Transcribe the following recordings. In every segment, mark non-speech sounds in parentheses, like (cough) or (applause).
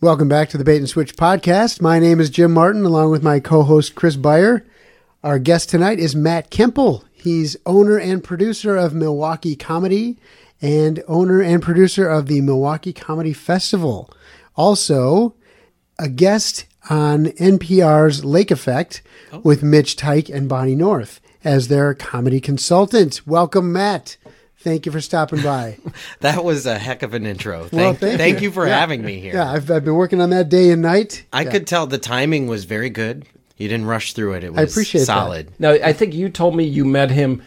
Welcome back to the Bait and Switch podcast. My name is Jim Martin, along with my co host Chris Beyer. Our guest tonight is Matt Kemple. He's owner and producer of Milwaukee Comedy and owner and producer of the Milwaukee Comedy Festival. Also, a guest on NPR's Lake Effect with Mitch Tyke and Bonnie North as their comedy consultant. Welcome, Matt. Thank you for stopping by. That was a heck of an intro. Thank, Well, thank thank, you. you. for Yeah. having me here. yeah, I've, I've been working on that day and night. I could tell the timing was very good. You didn't rush through it. It was appreciate that. solid. Now, I think you told me you met him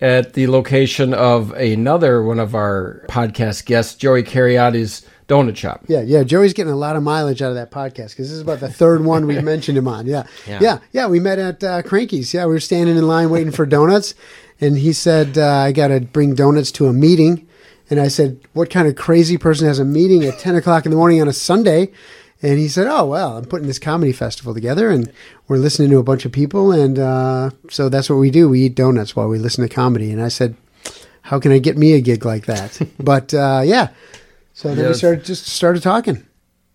at the location of another one of our podcast guests, Joey Cariotti's donut shop. Yeah, yeah. Joey's getting a lot of mileage out of that podcast because this is about the third one we've mentioned him on. Yeah, yeah, Yeah. yeah. we met at uh, Cranky's. Yeah, we were standing in line waiting for donuts, and he said, uh, "I got to bring donuts to a meeting." And I said, "What kind of crazy person has a meeting at ten o'clock in the morning on a Sunday?" And he said, "Oh well, I'm putting this comedy festival together, and we're listening to a bunch of people, and uh, so that's what we do. We eat donuts while we listen to comedy." And I said, "How can I get me a gig like that?" (laughs) but uh, yeah. So then we Yes. started just started talking.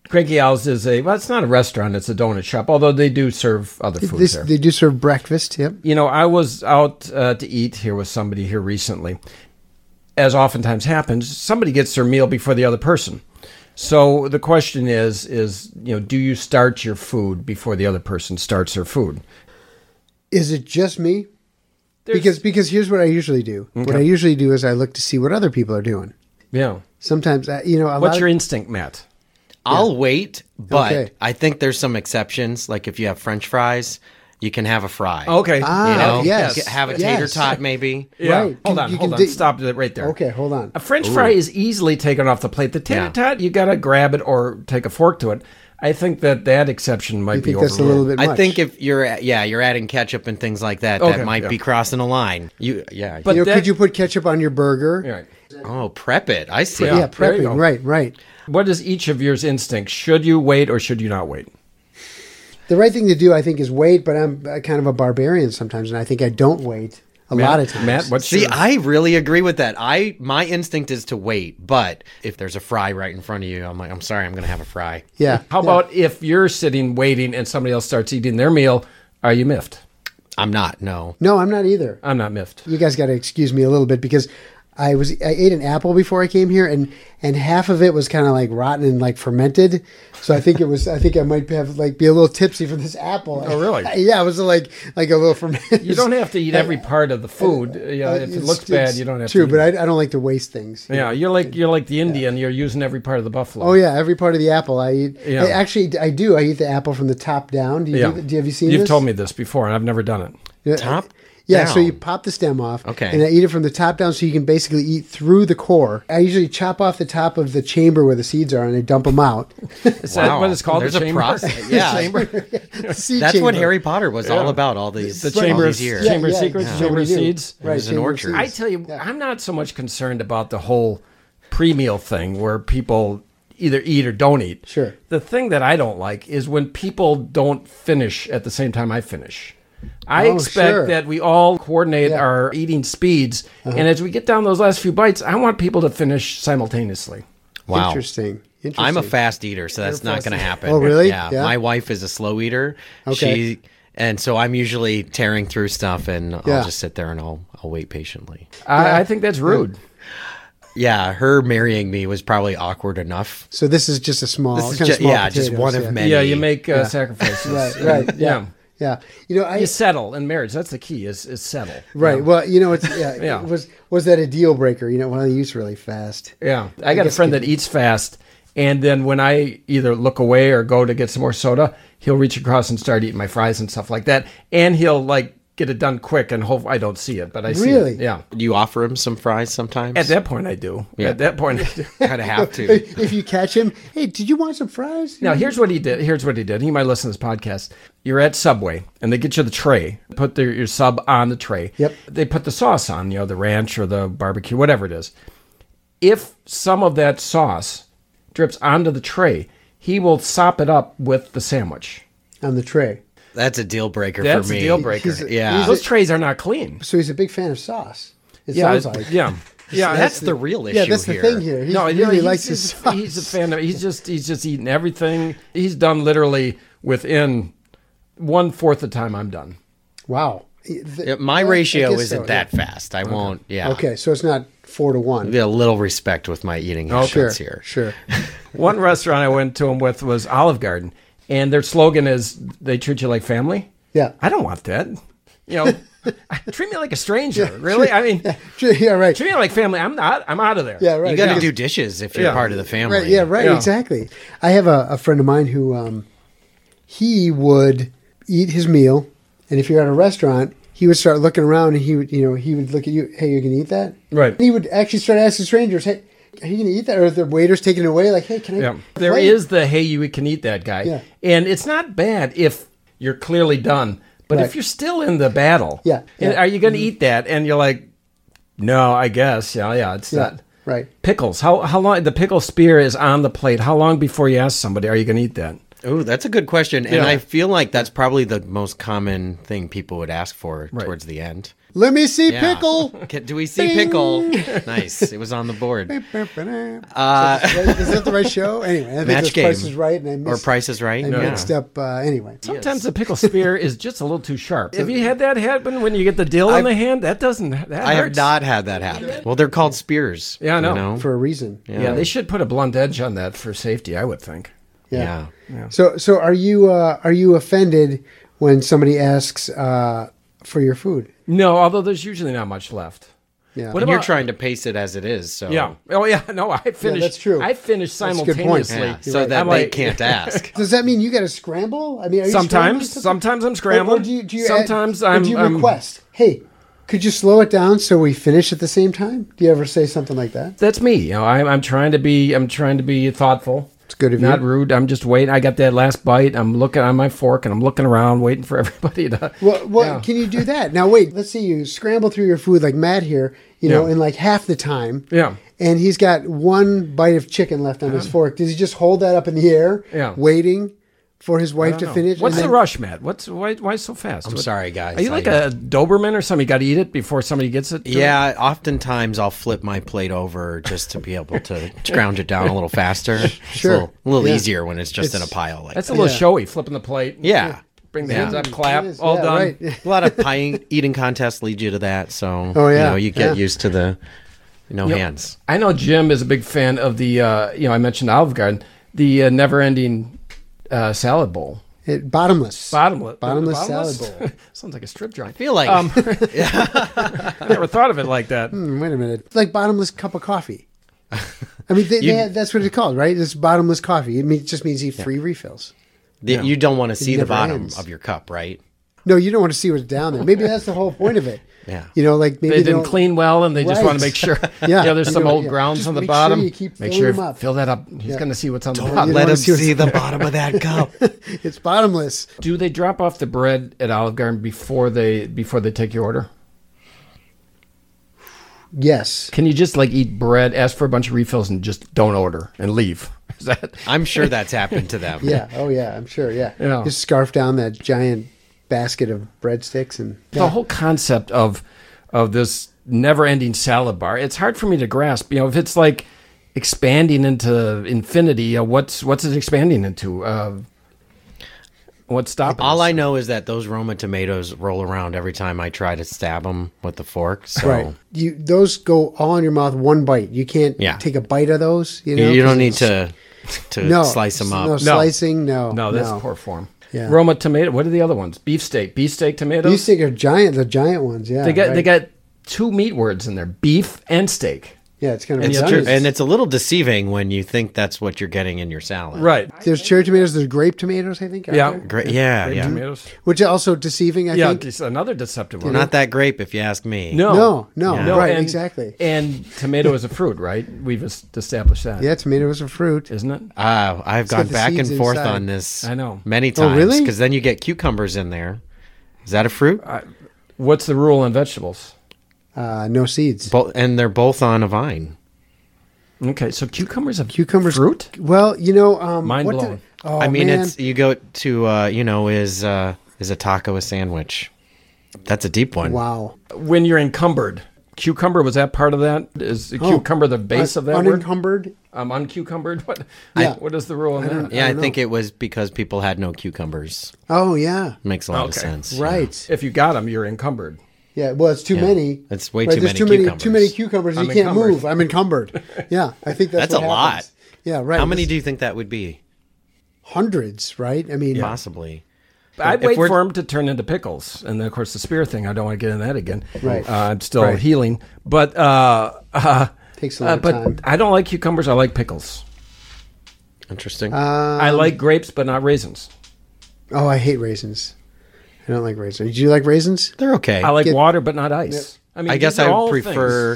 Cranky Owls is a, well, it's not a restaurant, it's a donut shop, although they do serve other foods This, there. they do serve breakfast. Yep. you know, I was out uh, to eat here with somebody here recently. As oftentimes happens, somebody gets their meal before the other person. So the question is, is you know, do you start your food before the other person starts their food? Is it just me? There's- because because here's what I usually do. What I usually do is I look to see what other people are doing. Yeah. Sometimes I, you know a What's lot your of, instinct, Matt? I'll wait, but Okay. I think there's some exceptions. Like if you have French fries, you can have a fry. Okay. Ah, You know, yes, You can have a yes. tater tot maybe. Yeah. Right. Hold You- on. you hold can on. dig- Stop that right there. okay. Hold on. A French fry is easily taken off the plate. The tater Yeah. tot, you got to grab it or take a fork to it. I think that that exception might I be think that's a overruled. little bit. Much. I think if you're a- yeah you're adding ketchup and things like that, Okay, that might yeah. be crossing a line. You yeah. But you know, that- could you put ketchup on your burger? All right. oh, prep it. I see. Yeah, Yeah, Ah, there you prepping. go. Right, right. What is each of yours instinct? Should you wait or should you not wait? The right thing to do, I think, is wait. But I'm uh, kind of a barbarian sometimes, and I think I don't wait a lot of times. Matt, what's See, your- I really agree with that. I my instinct is to wait, but if there's a fry right in front of you, I'm like, I'm sorry, I'm gonna have a fry. Yeah. How about if you're sitting waiting and somebody else starts eating their meal? Are you miffed? I'm not. No. No, I'm not either. I'm not miffed. you guys got to excuse me a little bit because I was I ate an apple before I came here and and half of it was kind of like rotten and like fermented, so I think it was I think I might have like be a little tipsy from this apple. Oh, really? (laughs) yeah, it was like like a little fermented. You don't (laughs) have to eat every part of the food. Yeah, if it It's- looks bad, it's you don't have true, to. but I, I don't like to waste things. yeah, you're like you're like the Indian. You're using every part of the buffalo. Oh yeah, every part of the apple I eat. Yeah. I- actually, I do. I eat the apple from the top down. Do you, do, do- have you seen? You've this? told me this before, and I've never done it. Yeah, Top Yeah, so down. you pop the stem off. Okay. And I eat it from the top down so you can basically eat through the core. I usually chop off the top of the chamber where the seeds are and I dump them out. Is that what it's called? There's the a chamber? process. (laughs) Yeah. (laughs) Seed That's what chamber. Harry Potter was all about all these The all chamber these of- years. yeah. Chamber of Secrets, so Chamber what of do you do? Seeds. Right, There's an chamber of orchard. seeds. (laughs) I tell you, I'm not so much concerned about the whole pre-meal thing where people either eat or don't eat. Sure. The thing that I don't like is when people don't finish at the same time I finish. I Oh, expect sure. that we all coordinate Yeah. Uh-huh. our eating speeds, and as we get down those last few bites, I want people to finish simultaneously. Wow. Interesting. Interesting. I'm a fast eater, so that's not going to happen. Oh, really? Yeah. Yeah. My wife is a slow eater. Okay. She and so I'm usually tearing through stuff, and Yeah. I'll just sit there and I'll I'll wait patiently. I, I think that's rude. Yeah, her marrying me was probably awkward enough. So this is just a small, This is kind of ju- small yeah, just potatoes, one of yeah. many. Yeah, you make uh, sacrifices. (laughs) Right, (laughs) right. Yeah. Yeah. Yeah. You know, I You settle in marriage. That's the key. Is is settle. Right. Well, you know, it's yeah, (laughs) Yeah. It was was that a deal breaker? You know, well, he eats really fast. (laughs) Yeah, I got a guess friend could- that eats fast, and then when I either look away or go to get some more soda, he'll reach across and start eating my fries and stuff like that, and he'll like get it done quick and hope I don't see it, but I see Really? it. Yeah. Do you offer him some fries sometimes? At that point, I do. Yeah. At that point, I do. kind of have to. (laughs) If you catch him, hey, did you want some fries? Now, here's what he did. Here's what he did. He might listen to this podcast. You're at Subway, and they get you the tray. Put their, your sub on the tray. Yep. They put the sauce on, you know, the ranch or the barbecue, whatever it is. If some of that sauce drips onto the tray, he will sop it up with the sandwich. On the tray. That's a deal breaker That's for me. a deal breaker. He's a- Yeah. Those trays are not clean. So he's a big fan of sauce. It (laughs) Yeah, sounds like. yeah. Yeah, that's the real issue yeah, that's here. the thing here. He no, really yeah, he's, likes his he's, sauce. he's a fan of. He's just he's just eating everything. He's done literally within one fourth the time I'm done. wow. He- th- Yeah, my well, I ratio guess isn't so, that fast. I won't. Yeah. Yeah. Okay, so it's not four to one. Get a little respect with my eating Sure, habits here. sure. (laughs) One restaurant I went to him with was Olive Garden, and their slogan is "They treat you like family." Yeah. I don't want that. You (laughs) know, treat me like a stranger. really? I mean, Sure, yeah, right. treat me like family. I'm not. I'm out of there. Yeah, right. You got to because- do dishes if you're Yeah. part of the family. Right, yeah, right, Yeah. exactly. I have a, a friend of mine who um, he would eat his meal, and if you're at a restaurant, he would start looking around, and he would, you know, he would look at you, hey, you're gonna eat that, Right. And he would actually start asking strangers, hey, are you gonna eat that? Or the waiter's taking it away, like, hey, can I? (laughs) Yeah. There plate?" is the hey, you can eat that guy. Yeah. And it's not bad if you're clearly done. But Right. if you're still in the battle, Yeah, and yeah. are you going to eat that? And you're like, no, I guess. Yeah, yeah, it's Yeah, not. right. Pickles. How, how long? The pickle spear is on the plate. How long before you ask somebody, are you going to eat that? Oh, that's a good question. And Yeah. I feel like that's probably the most common thing people would ask for Right. towards the end. Let me see Yeah. (laughs) (laughs) pickle. Can- Do we see Bing. pickle? nice. It was on (laughs) the board. Uh, is, that the right, is that the right (laughs) show? Anyway, I think Match this game. Price is Right, and I Or mixed, Price is Right? I mixed up. Uh, anyway, Sometimes the pickle spear is just a little too sharp. Have you had that happen when you get the dill in the hand? That doesn't. That I have hurts. not had that happen. Well, they're called spears. Yeah, I know. for a reason. Yeah. they should put a blunt edge on that for safety. I would think. yeah. So, so are you uh, are you offended when somebody asks uh, for your food? No, although there's usually not much left. Yeah. What And you're about- trying to pace it as it is. So Yeah. Oh yeah. (laughs) No, I finished. that's true. I finished That's a good point. simultaneously. Yeah, You're so right. that I'm they like- (laughs) can't ask. Does that mean you got to scramble? I mean, are you scrambling Sometimes, something? sometimes I'm Or- or scrambling. do you, do you add- sometimes or I'm. do you I'm- request? Hey, could you slow it down so we finish at the same time? Do you ever say something like that? that's me. You know, I'm, I'm trying to be. I'm trying to be thoughtful. It's good of Not you. rude. I'm just waiting. I got that last bite. I'm looking on my fork and I'm looking around, waiting for (laughs) everybody to. Well, well Yeah. can you do that? Now, wait. Let's see. You scramble through your food like Matt here. You know, Yeah. in like half the time. Yeah. Uh-huh. And he's got one bite of chicken left on his fork. Does he just hold that up in the air, Yeah. waiting for his wife I to don't know. finish? What's and the then- rush, Matt? What's why? Why so fast? I'm sorry, guys. Are you I- like a Doberman or something? You got to eat it before somebody gets it. to you? Yeah, oftentimes I'll flip my plate over just to be able (laughs) to scrounge it down a little faster. Sure. It's a little, a little Yeah. easier when it's just in a pile like That's that. a little Yeah. showy. Flipping the plate. Yeah. Bring the Yeah. hands up. Clap. It is, All yeah, done. right. (laughs) A lot of pie eating contests lead you to that. So Oh, yeah, you know, you get yeah. used to the you know, Yep. hands. I know Jim is a big fan of the, uh, you know, I mentioned Olive Garden, the uh, never-ending uh, salad bowl, It, bottomless. bottomless, Bottomless salad bowl. (laughs) Sounds like a strip joint. I feel like (laughs) Um, I never thought of it like that. Hmm, Wait a minute. It's like bottomless cup of (laughs) coffee. I mean, they, they, that's what it's called, right? It's bottomless coffee. It, mean, it just means you have free refills. the- (laughs) you don't want to see the never bottom ends. of your cup, right? No, you don't want to see what's down there. Maybe that's the whole point (laughs) of it. Yeah. You know, like maybe They they didn't don't- clean well, and they just Right. want to (laughs) make sure. Yeah. you know, there's You some know, old yeah. grounds Just on the make sure bottom. you keep make filling sure them up. fill that up. He's going to see what's on the Don't bottom. let let Oh, wanna him him see what's- see (laughs) see the bottom of that cup. It's bottomless. Do they drop off the bread at Olive Garden before they before they take your order? Yes. Can you just like eat bread, ask for a bunch of refills, and just don't order and leave? (laughs) Is that (laughs) I'm sure that's happened to them. (laughs) Yeah. Oh, yeah. I'm sure. Yeah. Yeah. Just scarf down that giant basket of breadsticks and. the whole concept of of this never-ending salad bar it's hard for me to grasp you know if it's like expanding into infinity uh, what's what's it expanding into uh, what's stopping All us? I know is that those Roma tomatoes roll around every time I try to stab them with the fork. So Right. You those go all in your mouth one bite. You can't Yeah. take a bite of those. You you, know. you don't 'cause need it's- to to slice them up. No, slicing. No. no that's poor form Yeah. roma tomato what are the other ones beefsteak beefsteak tomatoes These things are giant. The giant ones. Yeah. they got they right. got two meat words in there beef and steak Yeah, it's kind of It's redundant. true, and it's a little deceiving when you think that's what you're getting in your salad. right There's cherry tomatoes. There's grape tomatoes. I think. out Yeah. there, Great. Yeah. Yeah. tomatoes which are also deceiving. Mm-hmm. I yeah think. it's another deceptive one Not that grape, if you ask me. no No, no, No, right, and- exactly. and tomato is a fruit right we've es- established that Yeah, tomatoes are fruit. isn't it Uh, I've got gone the back and seeds forth inside. on this. I know. many Oh, times. really? Because then you get cucumbers in there. Is that a fruit? What's the rule on vegetables? Uh, no seeds. Bo- and they're both on a vine. Okay, so cucumbers have Cucumbers. fruit. Well, you know. Um, Mind what did- blown. oh, I mean, man. it's you go to uh, you know is uh, is a taco a sandwich? That's a deep one. wow. When you're encumbered, cucumber was that part of that? Is the Oh. cucumber the base of that word? unencumbered. I'm uncucumbered. (laughs) What? Yeah. What is the rule on that? Yeah, I, don't think it was because people had no cucumbers. Oh yeah, Makes a lot of Okay. sense. yeah. right. If you got them, you're encumbered. Yeah, well, it's too many. That's way Right, too there's many too many cucumbers. too many cucumbers. I'm you can't encumbered. move. I'm encumbered. Yeah, I think that's That's what a lot. happens. Yeah, right. How many It's do you think that would be? hundreds? Right. I mean, Possibly. I'd If wait we're- for them to turn into pickles, and then of course the spear thing. I don't want to get in that again. Right. Uh, I'm still Right. healing, but uh, (laughs) uh, Takes a uh, lot but of time. I don't like cucumbers. I like pickles. Interesting. Uh, I Um, like grapes, but not raisins. Oh, I hate raisins. I don't like raisins. Do you like raisins? They're okay. I like get- water, but not ice. I mean, I these guess are I all would prefer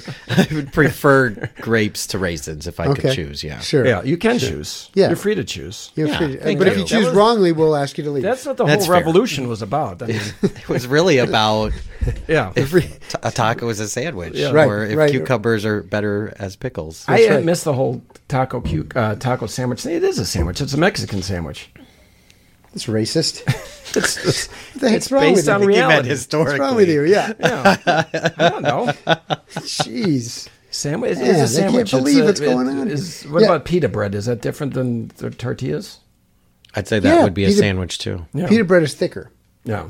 (laughs) things. I would prefer grapes to raisins if I Okay. could choose. Yeah. Sure. Yeah, you can choose. Yeah. you're free to choose. You're Yeah, free to- thank but if you. you choose That was- wrongly, we'll ask you to leave. That's what the That's whole fair. revolution was about. I mean, (laughs) It was really about yeah. if t- a taco is a sandwich, Right, or if right. cucumbers are better as pickles. I uh right. miss the whole taco cu- uh, taco sandwich. thing. It is a sandwich. It's a Mexican sandwich. That's racist. It's, (laughs) it's, What the heck's it's wrong based with you? on What's reality. historically. wrong with you? Yeah. Yeah. (laughs) I don't know. Jeez. Sandwich. Man, I it's a can't sandwich. believe a- what's going on. Is, what Yeah. about pita bread? Is that different than the tortillas? I'd say that Yeah, would be a pita- sandwich too. (laughs) Yeah. Pita bread is thicker. Yeah.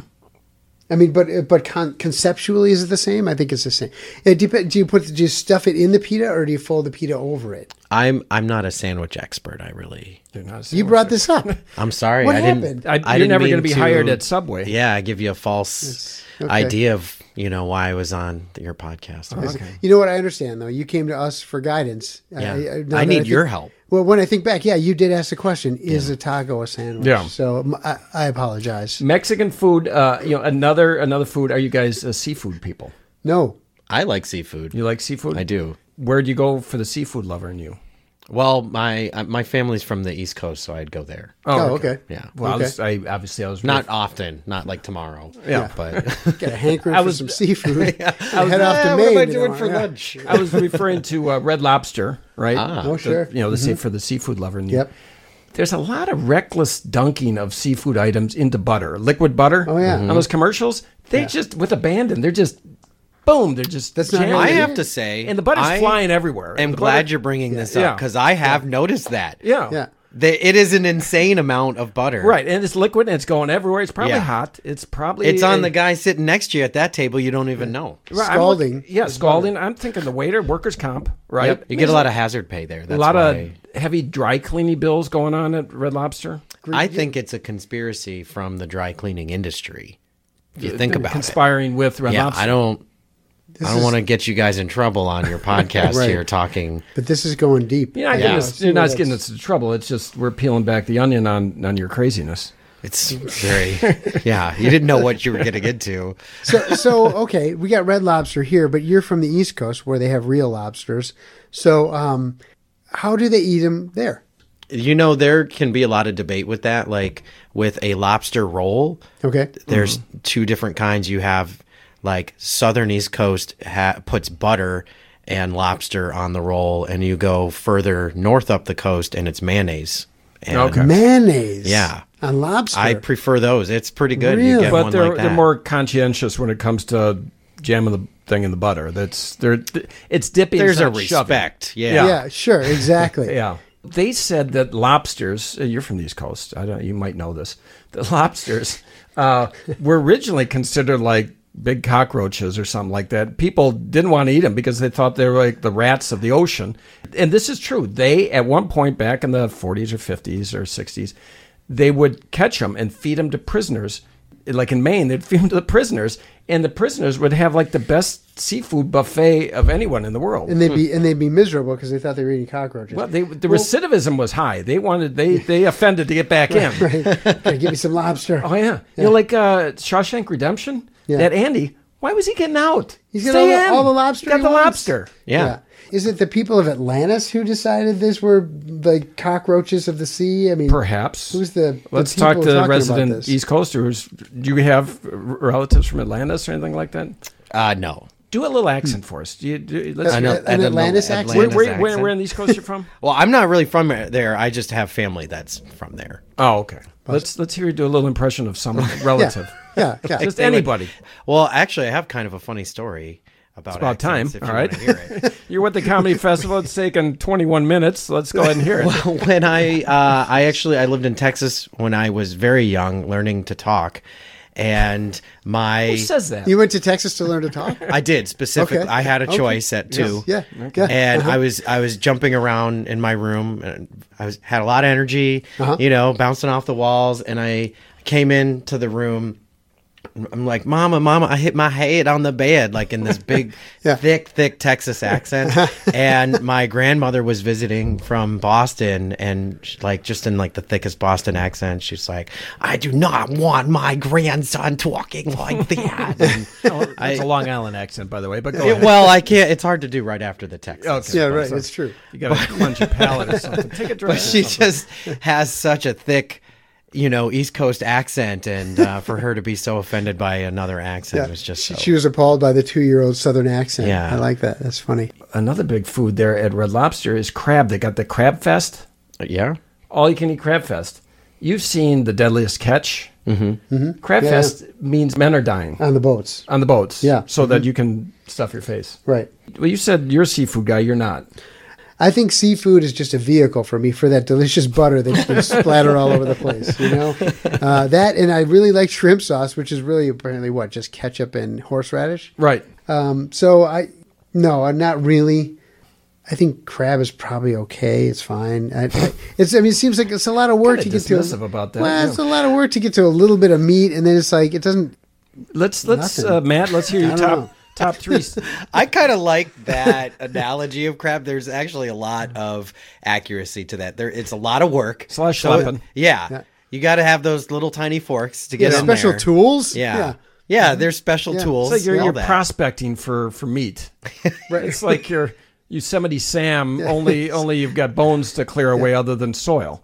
I mean, but but con- conceptually, is it the same? I think it's the same. It dep- do you put do you stuff it in the pita or do you fold the pita over it? I'm I'm not a sandwich expert. I really. You're not a sandwich. You brought this up. I'm sorry. What I happened? didn't. I- I you're didn't never mean gonna be hired at Subway. Yeah, I give you a false Yes. Okay. idea of you know why I was on your podcast. You know what? I understand though. You came to us for guidance. Yeah. now I that need think- your help. Well, when I think back, yeah, you did ask the question: Is a taco a sandwich? Yeah. So um, I, I apologize. Mexican food. Uh, you know, another another food. Are you guys uh, seafood people? No, I like seafood. You like seafood? I do. Where do you go for the seafood lover in you? Well, my uh, my family's from the East Coast, so I'd go there. Oh, okay. Yeah. Well, Okay. I, was, I obviously I was Not often, not like tomorrow. Yeah. (laughs) but Got a (laughs) hankering I for was- some seafood. I was- head off to Eh, Maine. what am I you doing know, for yeah. lunch? I was referring to uh, Red Lobster, right? Ah. Oh, The- sure. you know, the sea for the seafood lover. in you. Yep. There's a lot of reckless dunking of seafood items into butter, liquid butter. Mm-hmm. Oh, yeah. On those commercials, they just with abandon. They're just, boom. They're just. That's not jamming how I it it. have to say, And the butter's I flying everywhere. I'm The glad butter- you're bringing this Yeah. up because I have noticed that. Yeah. Yeah. The- it is an insane amount of butter. Right, and it's liquid and it's going everywhere. It's probably Yeah. hot. It's probably It's on a- the guy sitting next to you at that table. You don't even know. Right, I'm look- Scalding yeah, is scalding. I'm thinking the waiter, workers' comp. Right. Yep. You get a lot of hazard pay there. That's a lot why. of heavy dry cleaning bills going on at Red Lobster. I think it's a conspiracy from the dry cleaning industry. If you think about it. conspiring with Red Yeah, Lobster. I don't. I don't is- want to get you guys in trouble (laughs) on your podcast Right. here talking. But this is going deep. You're not Yeah. getting us. You're Well, not getting us into trouble. It's just we're peeling back the onion on on your craziness. (laughs) It's very, yeah. You didn't know what you were getting into. So, so okay, we got red lobster here, but you're from the East Coast where they have real lobsters. So, um, how do they eat them there? You know, there can be a lot of debate with that. Like with a lobster roll, Okay, there's Mm-hmm. two different kinds. You have like Southern East Coast ha- puts butter and lobster on the roll, and you go further north up the coast, and it's mayonnaise. And Okay. mayonnaise. Yeah. on lobster. I prefer those. It's pretty good. You Really? get But one they're like that. they're more conscientious when it comes to jamming the thing in the butter. That's they're it's dipping. There's it's a not shoving. respect. Yeah. yeah. sure, exactly. (laughs) Yeah. They said that lobsters, uh, you're from the East Coast, I don't, you might know this, (laughs) the lobsters uh, were originally considered like big cockroaches or something like that. People didn't want to eat them because they thought they were like the rats of the ocean. And this is true. They, at one point back in the 40s or 50s or 60s, they would catch them and feed them to prisoners. Like in Maine, they'd (laughs) feed them to the prisoners, and the prisoners would have like the best seafood buffet of anyone in the world. And they'd be and they'd be miserable because they thought they were eating cockroaches. Well, they, the recidivism was high. They wanted they they offended to get back in. (laughs) Right. Gotta give me some lobster. Oh yeah, you know, like uh, Shawshank Redemption. Yeah. That Andy, why was he getting out? He's got all the- all the lobster Got he the wants. lobster. Yeah. Is it the people of Atlantis who decided this were the cockroaches of the sea? I mean, Perhaps. Who's the- the Let's people talk to talking the about resident this? East Coasters. Do you have r- relatives from Atlantis or anything like that? Uh, no. Do a little Hmm. accent for us. Do you, do, let's I I know. know. An Atlantis accent? Where, Atlanta's where, where, where in the East Coast (laughs) you're from? Well, I'm not really from there. I just have family that's from there. oh, okay. Let's let's hear you do a little (laughs) impression of some relative. yeah, yeah. (laughs) Just anybody. Well, actually, I have kind of a funny story. about about time. accents if you All right. wanna hear it. (laughs) You're with the comedy festival. It's taken 21 minutes. Let's go ahead and hear it. well, (laughs) when I uh, I actually I lived in Texas when I was very young, learning to talk, and my Who says that? You went to Texas to learn to talk? I did specifically. Okay. I had a Okay. choice at two. Yes. Yeah. Okay. Uh-huh. And I was I was jumping around in my room, and I was had a lot of energy, Uh-huh. you know, bouncing off the walls. And I came into the room. I'm like, Mama, Mama, I hit my head on the bed, like (laughs) in this big, Yeah. thick, thick (laughs) Texas accent. and my grandmother was visiting from Boston, and she- like just in like the thickest Boston accent, she's like, I do not want my grandson talking like that. (laughs) And It's Oh, a Long Island accent, by the way. But go it- ahead. well, I can't. It's hard to do right after the text. Okay. Oh, yeah, right. It's true. you got to cleanse your palate or something. Take a drink. (laughs) But or she something. just has such a thick, you know, East Coast accent, and uh, for her to be so offended by another accent was just she, so. she was appalled by the two-year-old Southern accent. Yeah. I like that. That's funny. Another big food there at Red Lobster is crab. They got the Crab Fest. yeah. all you can eat crab fest. You've seen the deadliest catch. Mm-hmm. Crab Yeah, fest means men are dying On the boats, on the boats. Yeah. Mm-hmm. So that you can stuff your face. right? Well, you said you're a seafood guy. You're not. I think seafood is just a vehicle for me for that delicious butter that's been splatter all over the place. You (laughs) know, uh, that and I really like shrimp sauce, which is really apparently what just ketchup and horseradish. Right. Um, so I, no, I'm not really. I think crab is probably okay. It's fine. I, I- it's. I mean, it seems like it's a lot of work Kinda to get to. dismissive about that, Well, yeah. it's a lot of work to get to a little bit of meat, and then it's like it doesn't. Let's let's Nothing. uh, Matt. Let's hear I your don't top know. top three. s- I kind of like that (laughs) analogy of crab. There's actually a lot of accuracy to that. There, it's a lot of work. Slash So it- slapping. yeah, Yeah. you got to have those little tiny forks to get Yeah, in special there. tools. Yeah. Yeah. Mm-hmm. yeah. there's special Yeah. tools. It's like you're, all you're that. prospecting for for (laughs) meat. right. It's like you're Yosemite Sam. Only only you've got bones to clear away other than soil.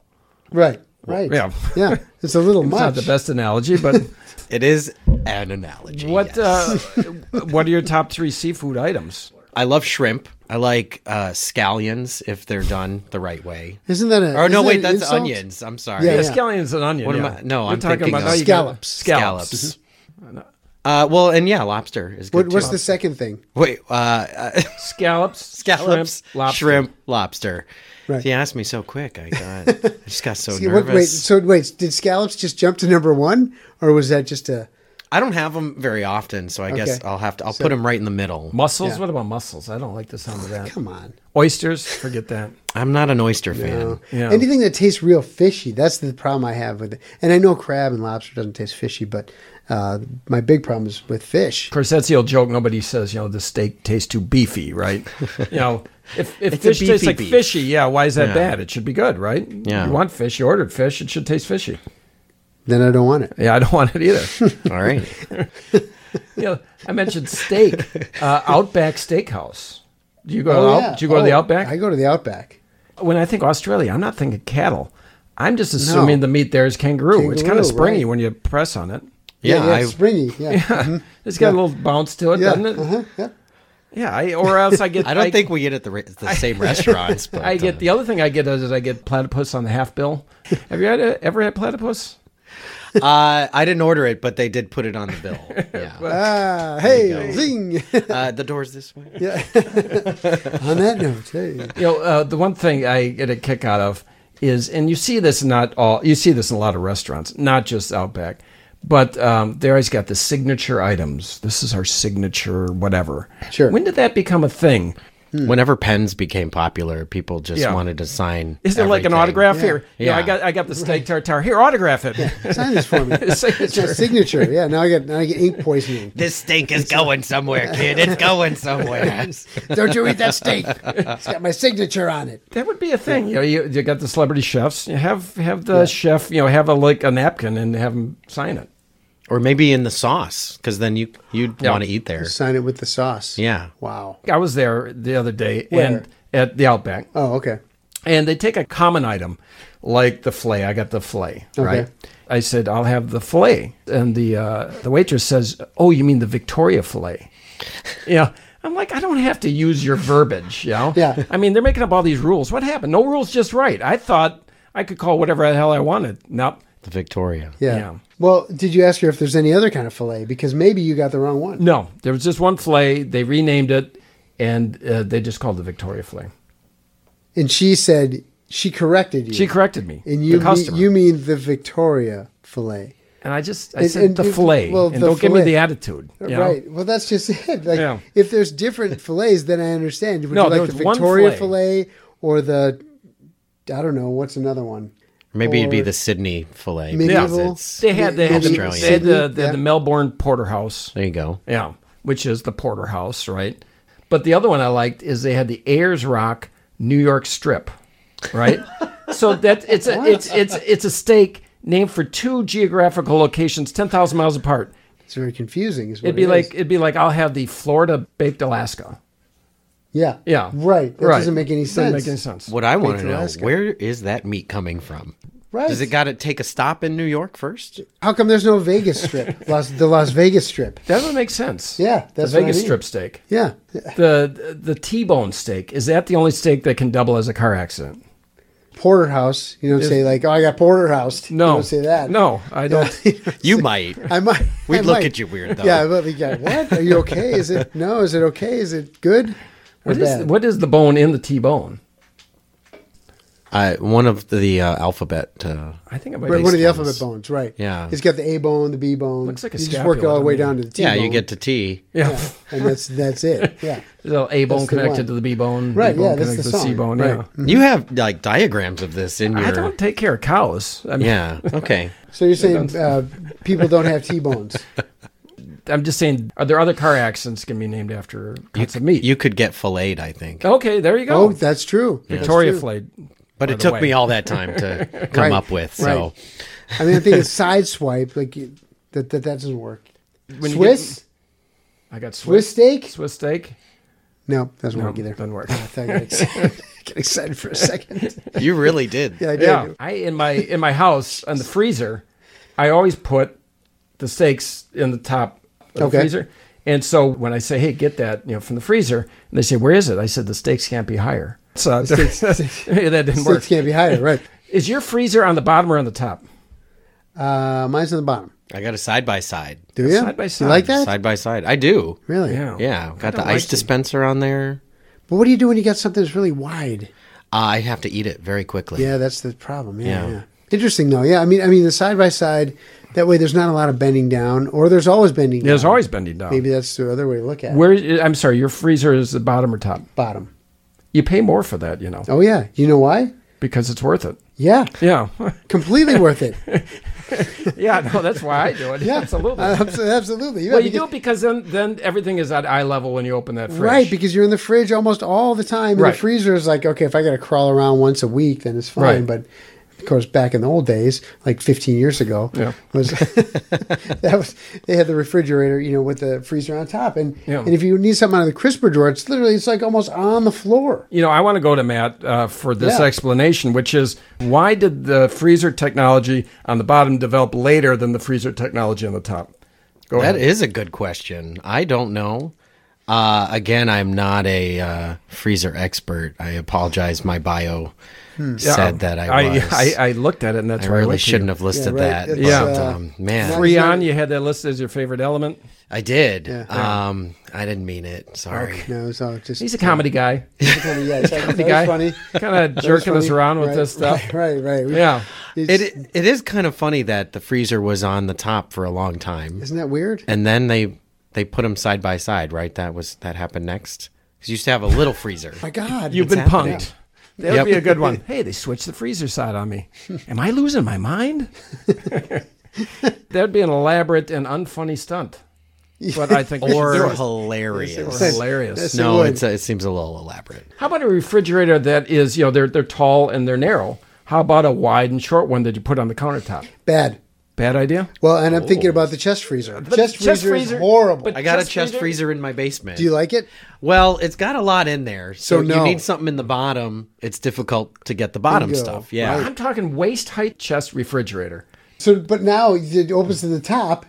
Right. Right. Yeah. Yeah. It's a little It's not much. the best (laughs) analogy, but It is an analogy. what yes. uh, what are your top three seafood items? I love shrimp. I like uh, scallions if they're done the right way. Isn't that a? Oh no, isn't that wait, an that's insult? onions. I'm sorry. Yeah, Yeah, yeah. scallions and onion. What am yeah. I- no, We're I'm talking thinking about of now you got- scallops. Scallops. Scallops. Uh, well, and yeah, lobster is good What, what's too. the second thing? Wait, uh, uh, (laughs) (laughs) Scallops. scallops, Shrimp. Lobster. shrimp, lobster. Right. He asked me so quick. I got, I just got so Yeah, what- nervous. wait, so wait, did scallops just jump to number one, or was that just a? I don't have them very often, so I guess Okay. I'll have to. I'll put them right in the middle. Mussels. Yeah. What about mussels? I don't like the sound of that. Come on, Oysters. Forget that. I'm not an (laughs) oyster fan. Yeah. anything that tastes real fishy. That's the problem I have with it. And I know crab and lobster doesn't taste fishy, but uh, my big problem is with fish. Of course, that's the old joke. Nobody says, you know, the steak tastes too beefy, right? you know, (laughs) if, if It's a fish tastes beefy like beef. fishy, yeah, why is that Yeah. bad? It should be good, right? Yeah. You want fish. You ordered fish. It should taste fishy. Then I don't want it. Yeah, I don't (laughs) want it either. All right. you know, I (laughs) mentioned steak. Uh, Outback Steakhouse. Do you go? to out, yeah. Do you go to the Oh, Outback? I go to the Outback. when I think Australia, I'm not thinking cattle. I'm just assuming No. the meat there is kangaroo. it's kind Kangaroo, of springy right. when you press on it. Yeah, yeah, I- it's springy. Yeah, yeah, It's got a little bounce to it, yeah. doesn't it? Uh-huh, yeah. Yeah, I, or else I (laughs) get. I don't think we get at the re- the same restaurants. But, I get uh, the other thing I get is I get platypus on the half bill. (laughs) Have you had a, ever had platypus? Uh, I didn't order it, but they did put it on the bill. (laughs) Yeah. Ah, you hey, go. zing. (laughs) uh, the door's this way. yeah. On that note, hey. You know, uh, the one thing I get a kick out of is, and you see this not all, you see this in a lot of restaurants, not just Outback, but um, they always got the signature items. This is our signature, whatever. Sure. When did that become a thing? Hmm. Whenever pens became popular, people just Yeah. wanted to sign. Is there like an everything. autograph here? Yeah. Yeah, I Yeah. got I got the steak tartare. Here, (laughs) autograph it. Sign this for me. It's (laughs) my Signature. signature. Yeah, now I get now I get ink poisoning. This stink is going somewhere, kid. It's going somewhere. Don't you eat that steak? It's got my signature on it. That would be a thing. You know, you, you got the celebrity chefs. You have have the chef. You know, have a like a napkin and have him sign it. or maybe in the sauce, because then you you'd Yeah. want to eat there. Sign it with the sauce. Yeah. Wow. I was there the other day Where? and at the Outback, Oh, okay. and they take a common item like the filet. I got the filet, right? Okay. I said I'll have the filet, and the uh, the waitress says, "Oh, you mean the Victoria filet?" yeah. I'm like, I don't have to use your verbiage, you know? Yeah. I mean, they're making up all these rules. What happened? No rules, just right. I thought I could call whatever the hell I wanted. Nope. the Victoria. Yeah. Yeah. Well, did you ask her if there's any other kind of fillet? Because maybe you got the wrong one. No, there was just one fillet. They renamed it, and uh, they just called it the Victoria fillet. And she said she corrected you. She corrected me. and you the mean, customer. you mean the Victoria fillet. and I just I And- said and the if- fillet. well, and the don't give me fillet. the attitude. you know? Right. Well, that's just (laughs) it. Like, Yeah. if there's different fillets, then I understand. Would No, you there like the was one Victoria fillet. fillet or the, I don't know, what's another one? Maybe it'd be Or- the Sydney fillet. Medieval. because it's- They had they had, the, Australian. they had the, Sydney, they had yeah. the Melbourne Porterhouse. there you go. Yeah, which is the porterhouse, right? But the other one I liked is they had the Ayers Rock New York Strip, (laughs) right? so that it's a it's it's it's a steak named for two geographical locations ten thousand miles apart. It's very confusing. Is what It'd be it like is. it'd be like I'll have the Florida baked Alaska. yeah. Yeah, Right. That doesn't make any Doesn't sense. make any sense. What I want to Baked know, Alaska. where is that meat coming from? Right. Does it got to take a stop in New York first? How come there's no Vegas (laughs) Strip? Las, the Las Vegas Strip. That would make sense. Yeah, that's the what I Vegas mean. strip steak. Yeah. The the T-bone steak is that the only steak that can double as a car accident? Porterhouse. You don't say like, oh, I got porterhoused. You No, don't say that. No, (laughs) I don't. You might. I might. (laughs) We'd I look might. at you weird, though. Yeah, but we got what? Are you okay? Is it no? Is it okay? Is it good? Or What is, bad? what is the bone in the T-bone? I, one of the uh, alphabet. Uh, I think I Right, might. one of the bones? alphabet bones, right? Yeah. he's got the A bone, the B bone. Looks like a you just work it all the scapula, way yeah. down to the T. yeah, you get to T. Yeah. and that's that's (laughs) it. Yeah, The (laughs) little A bone That's the one. connected to the B bone. Right, B bone yeah, that's connected the to the song, C bone. right. Yeah. You have like diagrams of this in your. Mm-hmm. I don't take care of cows. I (laughs) mean, Yeah. Okay. so you're saying uh, people don't have T bones? (laughs) I'm just saying, are there other car accidents can be named after cuts of meat? You could get filleted, I think. okay, there you Oh, go. that's true. That's Victoria true. flayed. But by it the took way. me all that time (laughs) to come Right, up with. So right. I mean, I think it's sideswipe. Like you- that, that that doesn't work. When you Swiss I got Swiss Swiss. steak? Swiss steak. No, doesn't No, work either. doesn't work. I thought I got (laughs) excited, get (laughs) excited for a second. (laughs) you really did. Yeah, I did. Yeah, I in my in my house in the freezer, I always put the steaks in the top of the Okay. freezer. And so when I say, "Hey, get that," you know, from the freezer, and they say, "Where is it?" I said, "The steaks can't be higher." (laughs) So (laughs) that didn't work. Six can't be higher, right? Is your freezer on the bottom or on the top? Uh, mine's on the bottom. I got a side by side. Do you? Side by You like side, that? Side by side. I do. Really? Yeah. Got Oh, I the don't ice like dispenser on there. But what do you do when you got something that's really wide? I have to eat it very quickly. Yeah, that's the problem. Yeah, yeah. Yeah. Interesting though. Yeah, I mean, I mean the side by side. That way, there's not a lot of bending down, or there's always bending. There's down. always bending down. Maybe that's the other way to look at it. Where I'm sorry, your freezer is the bottom or top. Bottom. You pay more for that, you know, Oh yeah. You know why? because it's worth it. Yeah. Yeah, Completely worth it. (laughs) yeah. No, that's why I do it. Yeah. (laughs) Uh, absolutely. Abso- Absolutely. Yeah, well, you because- do it because then then everything is at eye level when you open that fridge. Right, because you're in the fridge almost all the time. And Right. The freezer is like, okay, if I got to crawl around once a week, then it's fine. Right. But of course, back in the old days, like 15 years ago, Yeah. was (laughs) that was they had the refrigerator, you know, with the freezer on top, and Yeah. and if you need something out of the crisper drawer, it's literally it's like almost on the floor. You know, I want to go to Matt uh, for this Yeah. explanation, which is why did the freezer technology on the bottom develop later than the freezer technology on the top? Go That ahead. is a good question. I don't know. Uh, again, I'm not a uh, freezer expert. I apologize. My bio Hmm. Yeah. said that I was. I, (laughs) I looked at it, and that's I why really looked at shouldn't you. have listed Yeah, right. that. It's, but, uh, um, man, not- Freon, you had that listed as your favorite element. I did. Yeah. Um, I didn't mean it. Sorry. No, so just (laughs) He's a comedy guy, yeah, it's like, that was guy. funny. kind (laughs) That of was jerking us funny. around with Right, this stuff. (laughs) Right, right. right. Yeah. It's- It it is kind of funny that the freezer was on the top for a long time, isn't that weird? and then they they put them side by side. Right? That was that happened next. 'Cause you used to have a little (laughs) freezer. My God, You've been happening. punked. That would Yep. be a good one. (laughs) Hey, they switched the freezer side on me. Am I losing my mind? (laughs) That'd be an elaborate and unfunny stunt. But I think we (laughs) should do or it. hilarious. Or hilarious. Yes, it No, would. it's a, it seems a little elaborate. How about a refrigerator that is, you know, they're they're tall and they're narrow? How about a wide and short one that you put on the countertop? bad. Bad idea. Well, and I'm thinking about the chest freezer. chest, chest freezer freezer- is horrible. but- I got Chest a chest freezer? freezer? in my basement. Do you like it? well, it's got a lot in there, so, So no. you need something in the bottom. It's difficult to get the bottom Bingo. stuff. Yeah, I'm talking waist height chest refrigerator. So, but now it opens to the top,